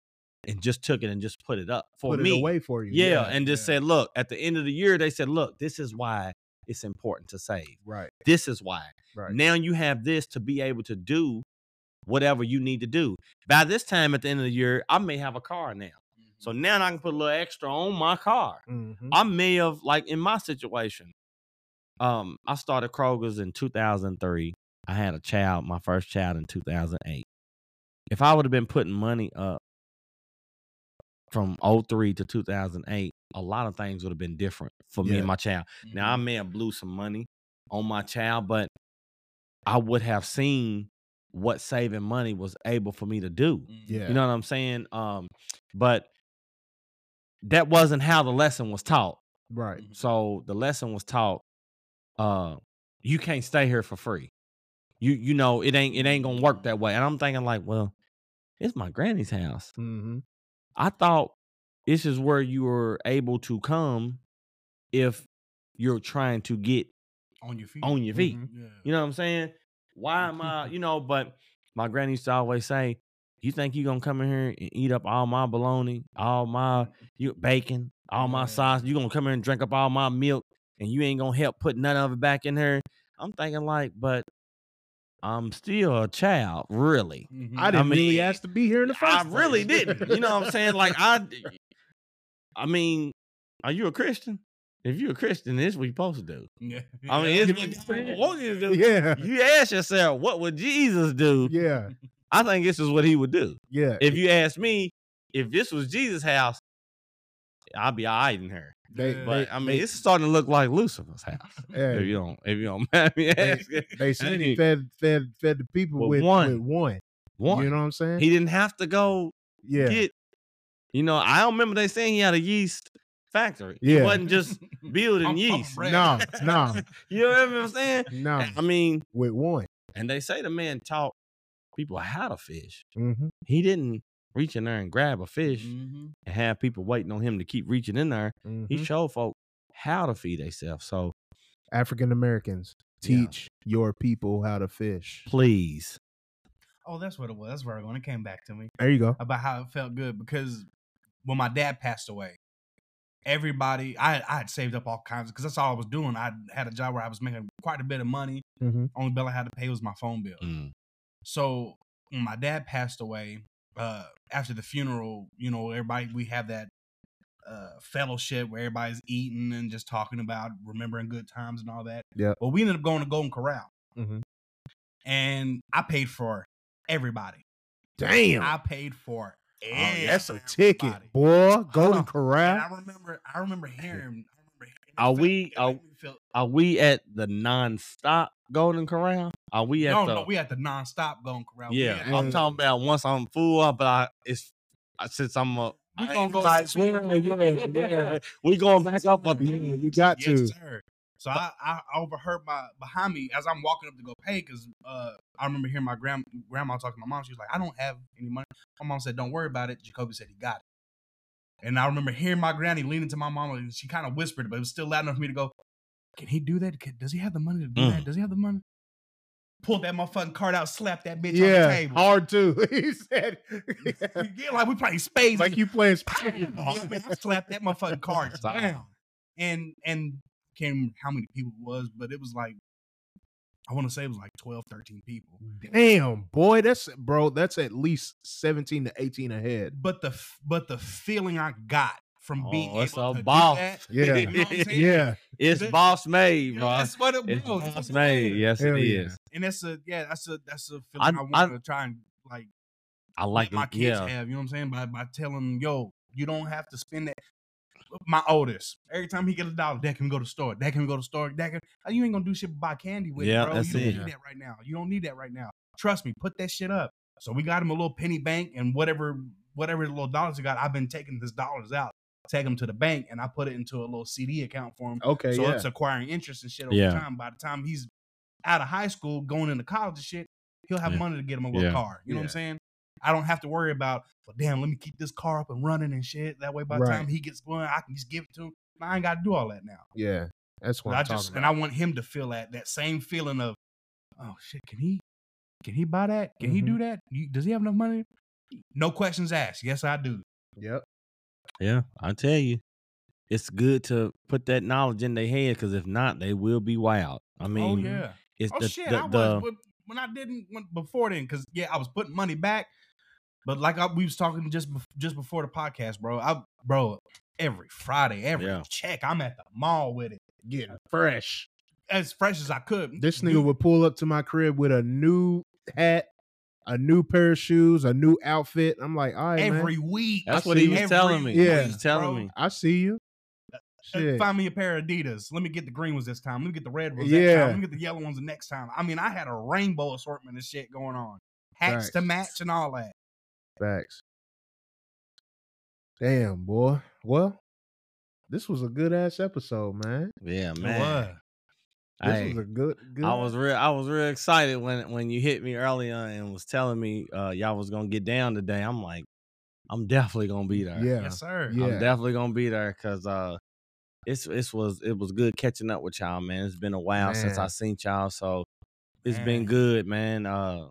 S2: and just took it and just put it up for
S3: Put
S2: me.
S3: it away for you.
S2: yeah, and just
S1: yeah.
S2: said, look, at the end of the year, they said, look, this is why it's important to save.
S3: Right.
S2: This is why.
S3: Right.
S2: Now you have this to be able to do whatever you need to do. By this time at the end of the year, I may have a car now. So
S3: Mm-hmm.
S2: now I can put a little extra on my car.
S3: Mhm.
S2: I may have like in my situation. Um, I started Kroger's in 2003. I had a child, my first child in 2008. If I would have been putting money up from 03 to 2008, a lot of things would have been different for me
S3: Yeah.
S2: and my child.
S1: Mm-hmm.
S2: Now I may have blew some money on my child, but I would have seen what saving money was able for me to do.
S1: Mm.
S3: Yeah.
S2: You know what I'm saying? Um, but that wasn't how the lesson was taught.
S3: Right.
S2: So the lesson was taught, uh, you can't stay here for free. You you know, it ain't it ain't gonna work that way. And I'm thinking like, well, it's my granny's house.
S3: hmm
S2: I thought this is where you were able to come if you're trying to get
S1: on your feet. Mm-hmm.
S2: on your feet.
S3: Mhm.
S1: yeah.
S2: You know what I'm saying? Why am I, you know, but my granny used to always say, You think you gonna come in here and eat up all my bologna, all my you bacon, all my
S1: Yeah.
S2: sauce, you gonna come here and drink up all my milk and you ain't gonna help put none of it back in her. I'm thinking like, but I'm still a child, really.
S1: Mhm.
S3: I didn't really
S2: mean,
S3: ask to be here in the first.
S2: I really
S3: place.
S2: didn't. You know what I'm saying? Like I I mean, are you a Christian? If you're a Christian, this what you supposed to do.
S1: Yeah.
S2: I mean, it's what
S1: Yeah.
S2: you supposed to do
S3: Yeah.
S2: you ask yourself, what would Jesus do?
S3: Yeah.
S2: I think this is what he would do.
S3: Yeah.
S2: If you ask me, if this was Jesus' house, I'd be all right in here.
S3: They,
S1: Yeah.
S2: But I mean,
S3: they-
S2: it's starting to look like Lucifer's house.
S3: hey,
S2: If you don't, if you don't mind me asking,
S3: they said he
S2: Hey.
S3: fed fed fed the people
S2: With
S3: with,
S2: one.
S3: with one.
S2: one,
S3: You know what I'm saying?
S2: he didn't have to go
S3: yeah.
S2: get. You know, I don't remember they saying he had a yeast factory. He
S3: Yeah.
S2: wasn't just building
S1: I'm- I'm
S2: yeast.
S1: bread.
S3: No, no,
S2: You know what I'm saying?
S3: no.
S2: I mean,
S3: With one.
S2: and they say the man taught people how to fish.
S3: Mm-hmm.
S2: He didn't reach in there and grab a fish.
S1: Mhm.
S2: and have people waiting on him to keep reaching in there. He
S1: Mm-hmm.
S3: Mhm.
S2: showed folk how to feed themselves. So
S3: African Americans
S2: Yeah.
S3: teach your people how to fish.
S2: please,
S1: Oh, that's what it was. That's where I went. It came back to me
S3: There you go.
S1: about how it felt good because when my dad passed away, everybody I I had saved up all kinds because that's all I was doing. I had a job where I was making quite a bit of money.
S3: Mm-hmm.
S1: Only bill I had to pay was my phone bill.
S2: mm,
S1: So when my dad passed away, uh, after the funeral, you know, everybody we have that uh fellowship where everybody's eating and just talking about remembering good times and all that.
S3: Yep.
S1: But we ended up going to Golden Corral
S3: Mhm.
S1: and I paid for everybody.
S3: Damn.
S1: I paid for
S3: Oh,
S1: everybody.
S3: that's a ticket, boy.
S1: Huh. And
S3: Golden
S1: I
S3: Corral.
S1: remember I remember hearing I remember hearing- it
S2: Are
S1: felt-
S2: we-
S1: it
S2: are-
S1: made me feel-
S2: are we at the non-stop Golden Corral? Are we at
S1: no,
S2: the?
S1: no, we had to non-stop Golden Corral. We
S2: yeah,
S1: had-
S3: Yeah.
S2: I'm talking about once I'm full up, but I it's I, since I'm a.
S1: We
S2: I
S1: gonna
S2: ain't
S1: go-
S2: like, "Swear, yeah, yeah, We going back up up
S3: Yeah,
S2: here.
S3: you got
S1: yes,
S3: to.
S1: sir. So I, I overheard my behind me as I'm walking up to go pay because uh, I remember hearing my grand grandma talking to my mom. She was like, "I don't have any money." My mom said, "Don't worry about it." Jacoby said he got it, and I remember hearing my granny leaning to my mom and she kind of whispered, but it was still loud enough for me to go, "Can he do that? Can- Does he have the money to do
S2: Mm.
S1: that? Does he have the money?" Pulled that motherfucking card out, slapped that bitch on the
S3: Yeah,
S1: table.
S3: hard too. he said,
S1: yeah, like we playing spades.
S3: like you playing. sp-
S1: Yeah, Oh, man, I slapped that motherfucking card
S2: Stop.
S1: down. And and can't remember how many people it was, but it was like I want to say it was like 12, 13 people.
S2: Mm.
S3: Damn, boy, that's bro. That's at least seventeen to eighteen ahead.
S1: But the f- but the feeling I got from being
S2: Oh, it's
S1: able
S2: a
S1: to do
S2: boss.
S1: that,
S3: Yeah.
S1: you know what I'm saying?
S3: Yeah,
S2: It's
S1: That-
S2: boss made,
S1: You
S2: bro.
S1: know, that's what it
S2: it's
S1: was.
S2: boss made. Yes,
S3: Hell
S2: it
S3: yeah.
S2: is.
S1: And that's a yeah, that's a that's a feeling
S2: I-
S1: I,
S2: I-
S1: want to try and like
S2: I like
S1: let my
S2: my
S1: kids
S2: yeah.
S1: have. You know what I'm saying? By by telling them, yo, you don't have to spend that. uh, My oldest, every time he get a dollar, that can go to the store. That can go to the store. That can, uh, you ain't gonna do shit but buy candy with, it,
S2: Yeah,
S1: bro.
S2: that's
S1: you don't
S2: it.
S1: need that right now. You don't need that right now. Trust me, put that shit up. So we got him a little penny bank and whatever whatever little dollars he got. I've been taking his dollars out, take him to the bank, and I put it into a little CD account for him.
S3: okay,
S1: So
S3: yeah.
S1: it's acquiring interest and shit over
S2: Yeah.
S1: time. By the time he's out of high school, going into college and shit, he'll have
S2: Yeah.
S1: money to get him a little
S2: Yeah.
S1: car. You know what I'm
S3: Yeah.
S1: saying? I don't have to worry about, well, damn, let me keep this car up and running and shit. That way, by the
S3: Right.
S1: time he gets going, I can just give it to him. I ain't got to do all that now.
S3: yeah, that's what
S1: I
S3: I'm
S1: just
S3: talking
S1: and I want him to feel that that same feeling of, oh shit, can he, can he buy that? Can he do that? You- Does he have enough money? No questions asked. Yes, I do.
S3: about. Yep.
S2: Yeah, I tell you, it's good to put that knowledge in their head because if not, they will be wild. I mean,
S1: oh yeah.
S2: it's
S1: Oh
S2: the,
S1: shit,
S2: the,
S1: I
S2: the-
S1: was but when I didn't when, before then because yeah, I was putting money back. But like I, we was talking just bef- just before the podcast, bro. I bro every Friday, every
S2: Yeah.
S1: check, I'm at the mall with it
S3: Getting fresh.
S1: as fresh as I could.
S3: This
S1: Dude,
S3: nigga would pull up to my crib with a new hat, a new pair of shoes, a new outfit. I'm like, all right,
S1: every
S3: man,
S1: week.
S2: that's
S3: I
S2: what he
S3: see
S2: was
S1: every
S2: telling me.
S3: Yeah.
S2: he was telling
S1: bro.
S2: me.
S3: I see you.
S1: Uh,
S3: Shit.
S1: Find me a pair of Adidas. Let me get the green ones this time. Let me get the red ones that
S3: Yeah.
S1: time. Let me get the yellow ones the next time. I mean, I had a rainbow assortment of shit going on. Hats to
S3: Facts.
S1: match and all that.
S3: Facts. Damn, boy. Well, this was a good ass episode, man.
S2: Yeah,
S1: It
S2: man.
S1: was.
S3: This
S2: Hey,
S3: was a good, good.
S2: I was real. I was real excited when when you hit me earlier and was telling me uh, y'all was gonna get down today. I'm like, I'm definitely gonna be there.
S3: yeah,
S1: Yes, sir.
S3: Yeah.
S2: I'm definitely gonna be there because uh, it's it's was it was good catching up with y'all, man. It's been a while since I
S3: Man.
S2: seen y'all, so it's been
S1: Man.
S2: good, man. Uh,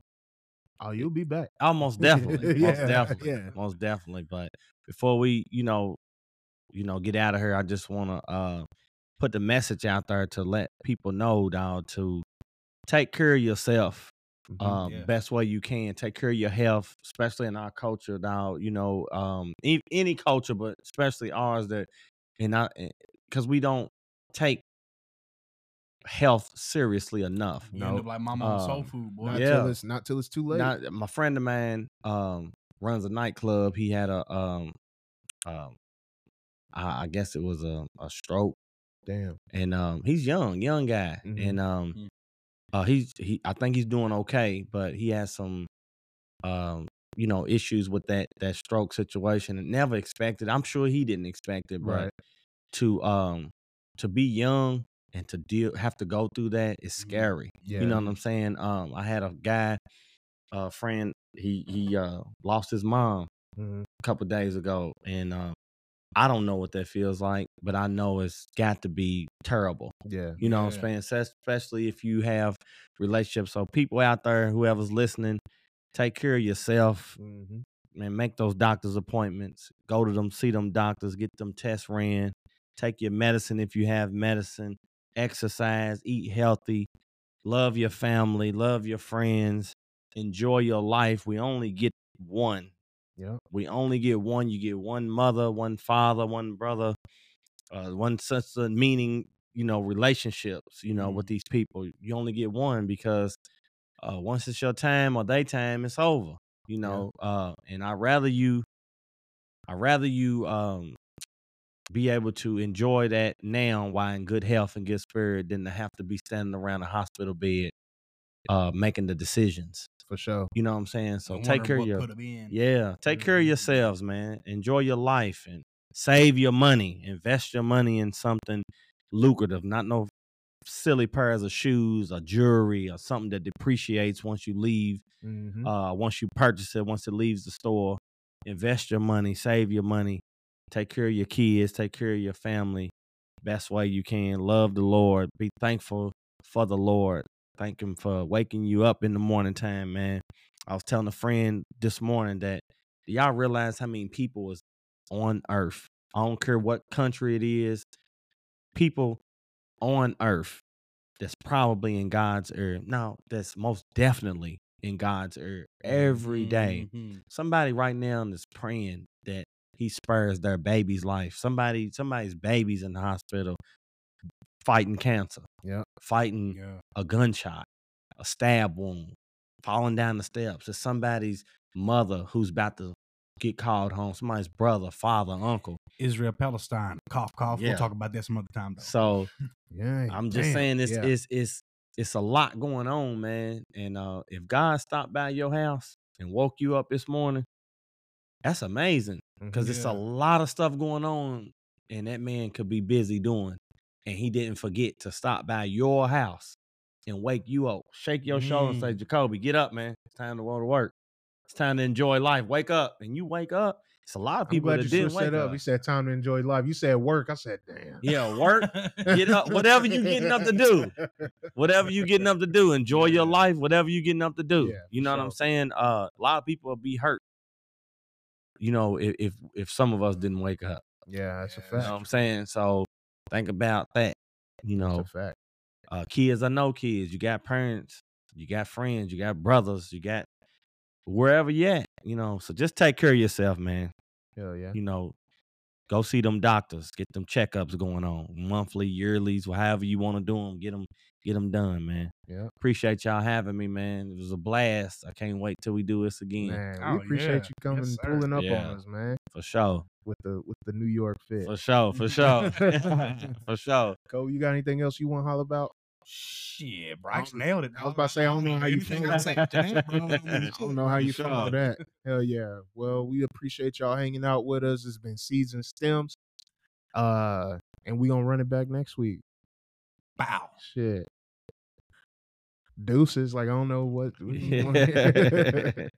S3: Oh, you'll be back.
S2: almost definitely, most
S3: Yeah,
S2: definitely,
S3: yeah.
S2: most definitely. But before we, you know, you know, get out of here, I just want to uh put the message out there to let people know, dog, to take care of yourself
S3: Mm-hmm,
S2: uh,
S1: Yeah.
S2: best way you can. Take care of your health, especially in our culture now. You know, um, e- any culture, but especially ours that, and I, because we don't take health seriously enough.
S1: You end up like mama on soul
S2: Um,
S1: food, boy.
S3: Not
S2: yeah.
S3: till it's not till it's too late.
S2: Not, my friend of mine um, runs a nightclub. He had a, um, um, I, I guess it was a, a stroke
S3: Damn.
S2: and um he's young young guy
S3: Mhm.
S2: and um
S1: Mm.
S2: uh he's he i think he's doing okay but he has some um you know issues with that that stroke situation and never expected i'm sure he didn't expect it but
S3: Right.
S2: to um to be young and to deal have to go through that is
S1: Mm.
S2: scary
S3: Yeah.
S2: you know what i'm saying um i had a guy a friend he he uh lost his mom
S3: Mhm.
S2: couple days ago, and um, I don't know what that feels like, but I know it's got to be terrible.
S3: Yeah.
S2: You know what
S1: Yeah.
S2: I'm saying? Ses- Especially if you have relationships. So people out there, whoever's listening, take care of yourself
S3: Mhm.
S2: and make those doctor's appointments. Go to them, see them doctors, get them tests ran. Take your medicine if you have medicine. Exercise, eat healthy, love your family, love your friends, enjoy your life. We only get one.
S3: Yep.
S2: We only get one. You get one mother, one father, one brother, uh, one sister. Meaning, you know, relationships. You know, with these people, you only get one because uh, once it's your time or they time, it's over. You know, uh, and I rather you, I rather you um, be able to enjoy that now while in good health and good spirit than to have to be standing around a hospital bed uh, making the decisions.
S3: For sure.
S2: You know what I'm saying? So
S1: And
S2: take
S1: wondering
S2: care of
S1: what
S2: your
S1: put 'em in.
S2: yeah, take care of
S1: Mhm.
S2: yourselves, man. Enjoy your life and save your money. Invest your money in something lucrative, not no silly pairs of shoes or jewelry or something that depreciates once you leave,
S1: Mm-hmm.
S3: Mhm.
S2: uh, once you purchase it, once it leaves the store. Invest your money, save your money, take care of your kids, take care of your family best way you can. Love the Lord, be thankful for the Lord. Thank Him for waking you up in the morning time, man. I was telling a friend this morning that do y'all realize how many people is on earth? I don't care what country it is, people on earth that's probably in God's ear. No, that's most definitely in God's ear every day.
S3: Mm-hmm.
S1: Mhm.
S2: Somebody right now is praying that he spurs their baby's life. Somebody, somebody's baby's in the hospital fighting cancer.
S3: Yeah.
S2: Fighting
S1: Yeah.
S2: a gunshot, a stab wound, falling down the steps. It's somebody's mother who's about to get called home, somebody's brother, father, uncle.
S1: Israel Palestine. Cough, cough.
S2: Yeah.
S1: We'll talk about that some other time though.
S2: So
S3: Yeah,
S2: I'm just
S3: damn,
S2: saying it's
S3: yeah.
S2: it's it's it's a lot going on, man. And uh if God stopped by your house and woke you up this morning, that's amazing.
S3: Mhm.
S2: Cause it's
S1: Yeah.
S2: a lot of stuff going on and that man could be busy doing. And he didn't forget to stop by your house and wake you up, shake your shoulder and say,
S1: Mm.
S2: Jacoby, get up, man. It's time to go to work. It's time to enjoy life. Wake up. And you wake up. It's a lot of
S3: I'm
S2: people
S3: glad
S2: that
S3: you
S2: didn't
S3: switched
S2: wake
S3: that up.
S2: up.
S3: You said time to enjoy life. You said work. I said damn.
S2: Yeah, work, get up, whatever you getting up to do. whatever you getting up to do enjoy your
S1: Yeah.
S2: life whatever you getting up to do
S3: Yeah,
S2: you know what i'm
S3: sure.
S2: saying uh, a lot of people will be hurt you know if if, if some of us didn't wake up
S3: Yeah, that's
S1: Yeah,
S3: a
S2: you know
S3: fact.
S2: what i'm saying so think about that you
S3: That's
S2: know
S3: a fact.
S2: uh, kids i know kids you got parents you got friends you got brothers you got wherever you at you know so just take care of yourself man
S3: Hell yeah.
S2: you know, go see them doctors, get them checkups going on, monthly, yearlies, wh- however you want to do them, get them, get them done, man.
S3: Yeah.
S2: appreciate y'all having me, man. It was a blast. I can't wait till we do this again
S3: Man,
S1: Oh,
S3: we appreciate
S1: yeah.
S3: you coming
S1: Yes,
S3: and
S1: sir.
S3: pulling up
S2: Yeah.
S3: on us, man.
S2: for sure,
S3: With the with the New York fit.
S2: for sure, for sure, for sure.
S3: Cole, you got anything else you want to holler about?
S1: Shit,
S3: I
S1: Bryce
S3: don't-
S1: nailed it.
S3: I was about to say, I don't know how you
S1: Anything
S3: feel.
S1: I say after that, bro,
S3: I don't know how you
S2: Sure.
S3: follow that. Hell yeah. Well, we appreciate y'all hanging out with us. It's been season stems. Uh and we gonna run it back next week.
S1: Bow.
S3: Shit. Deuces, like I don't know what. what you want.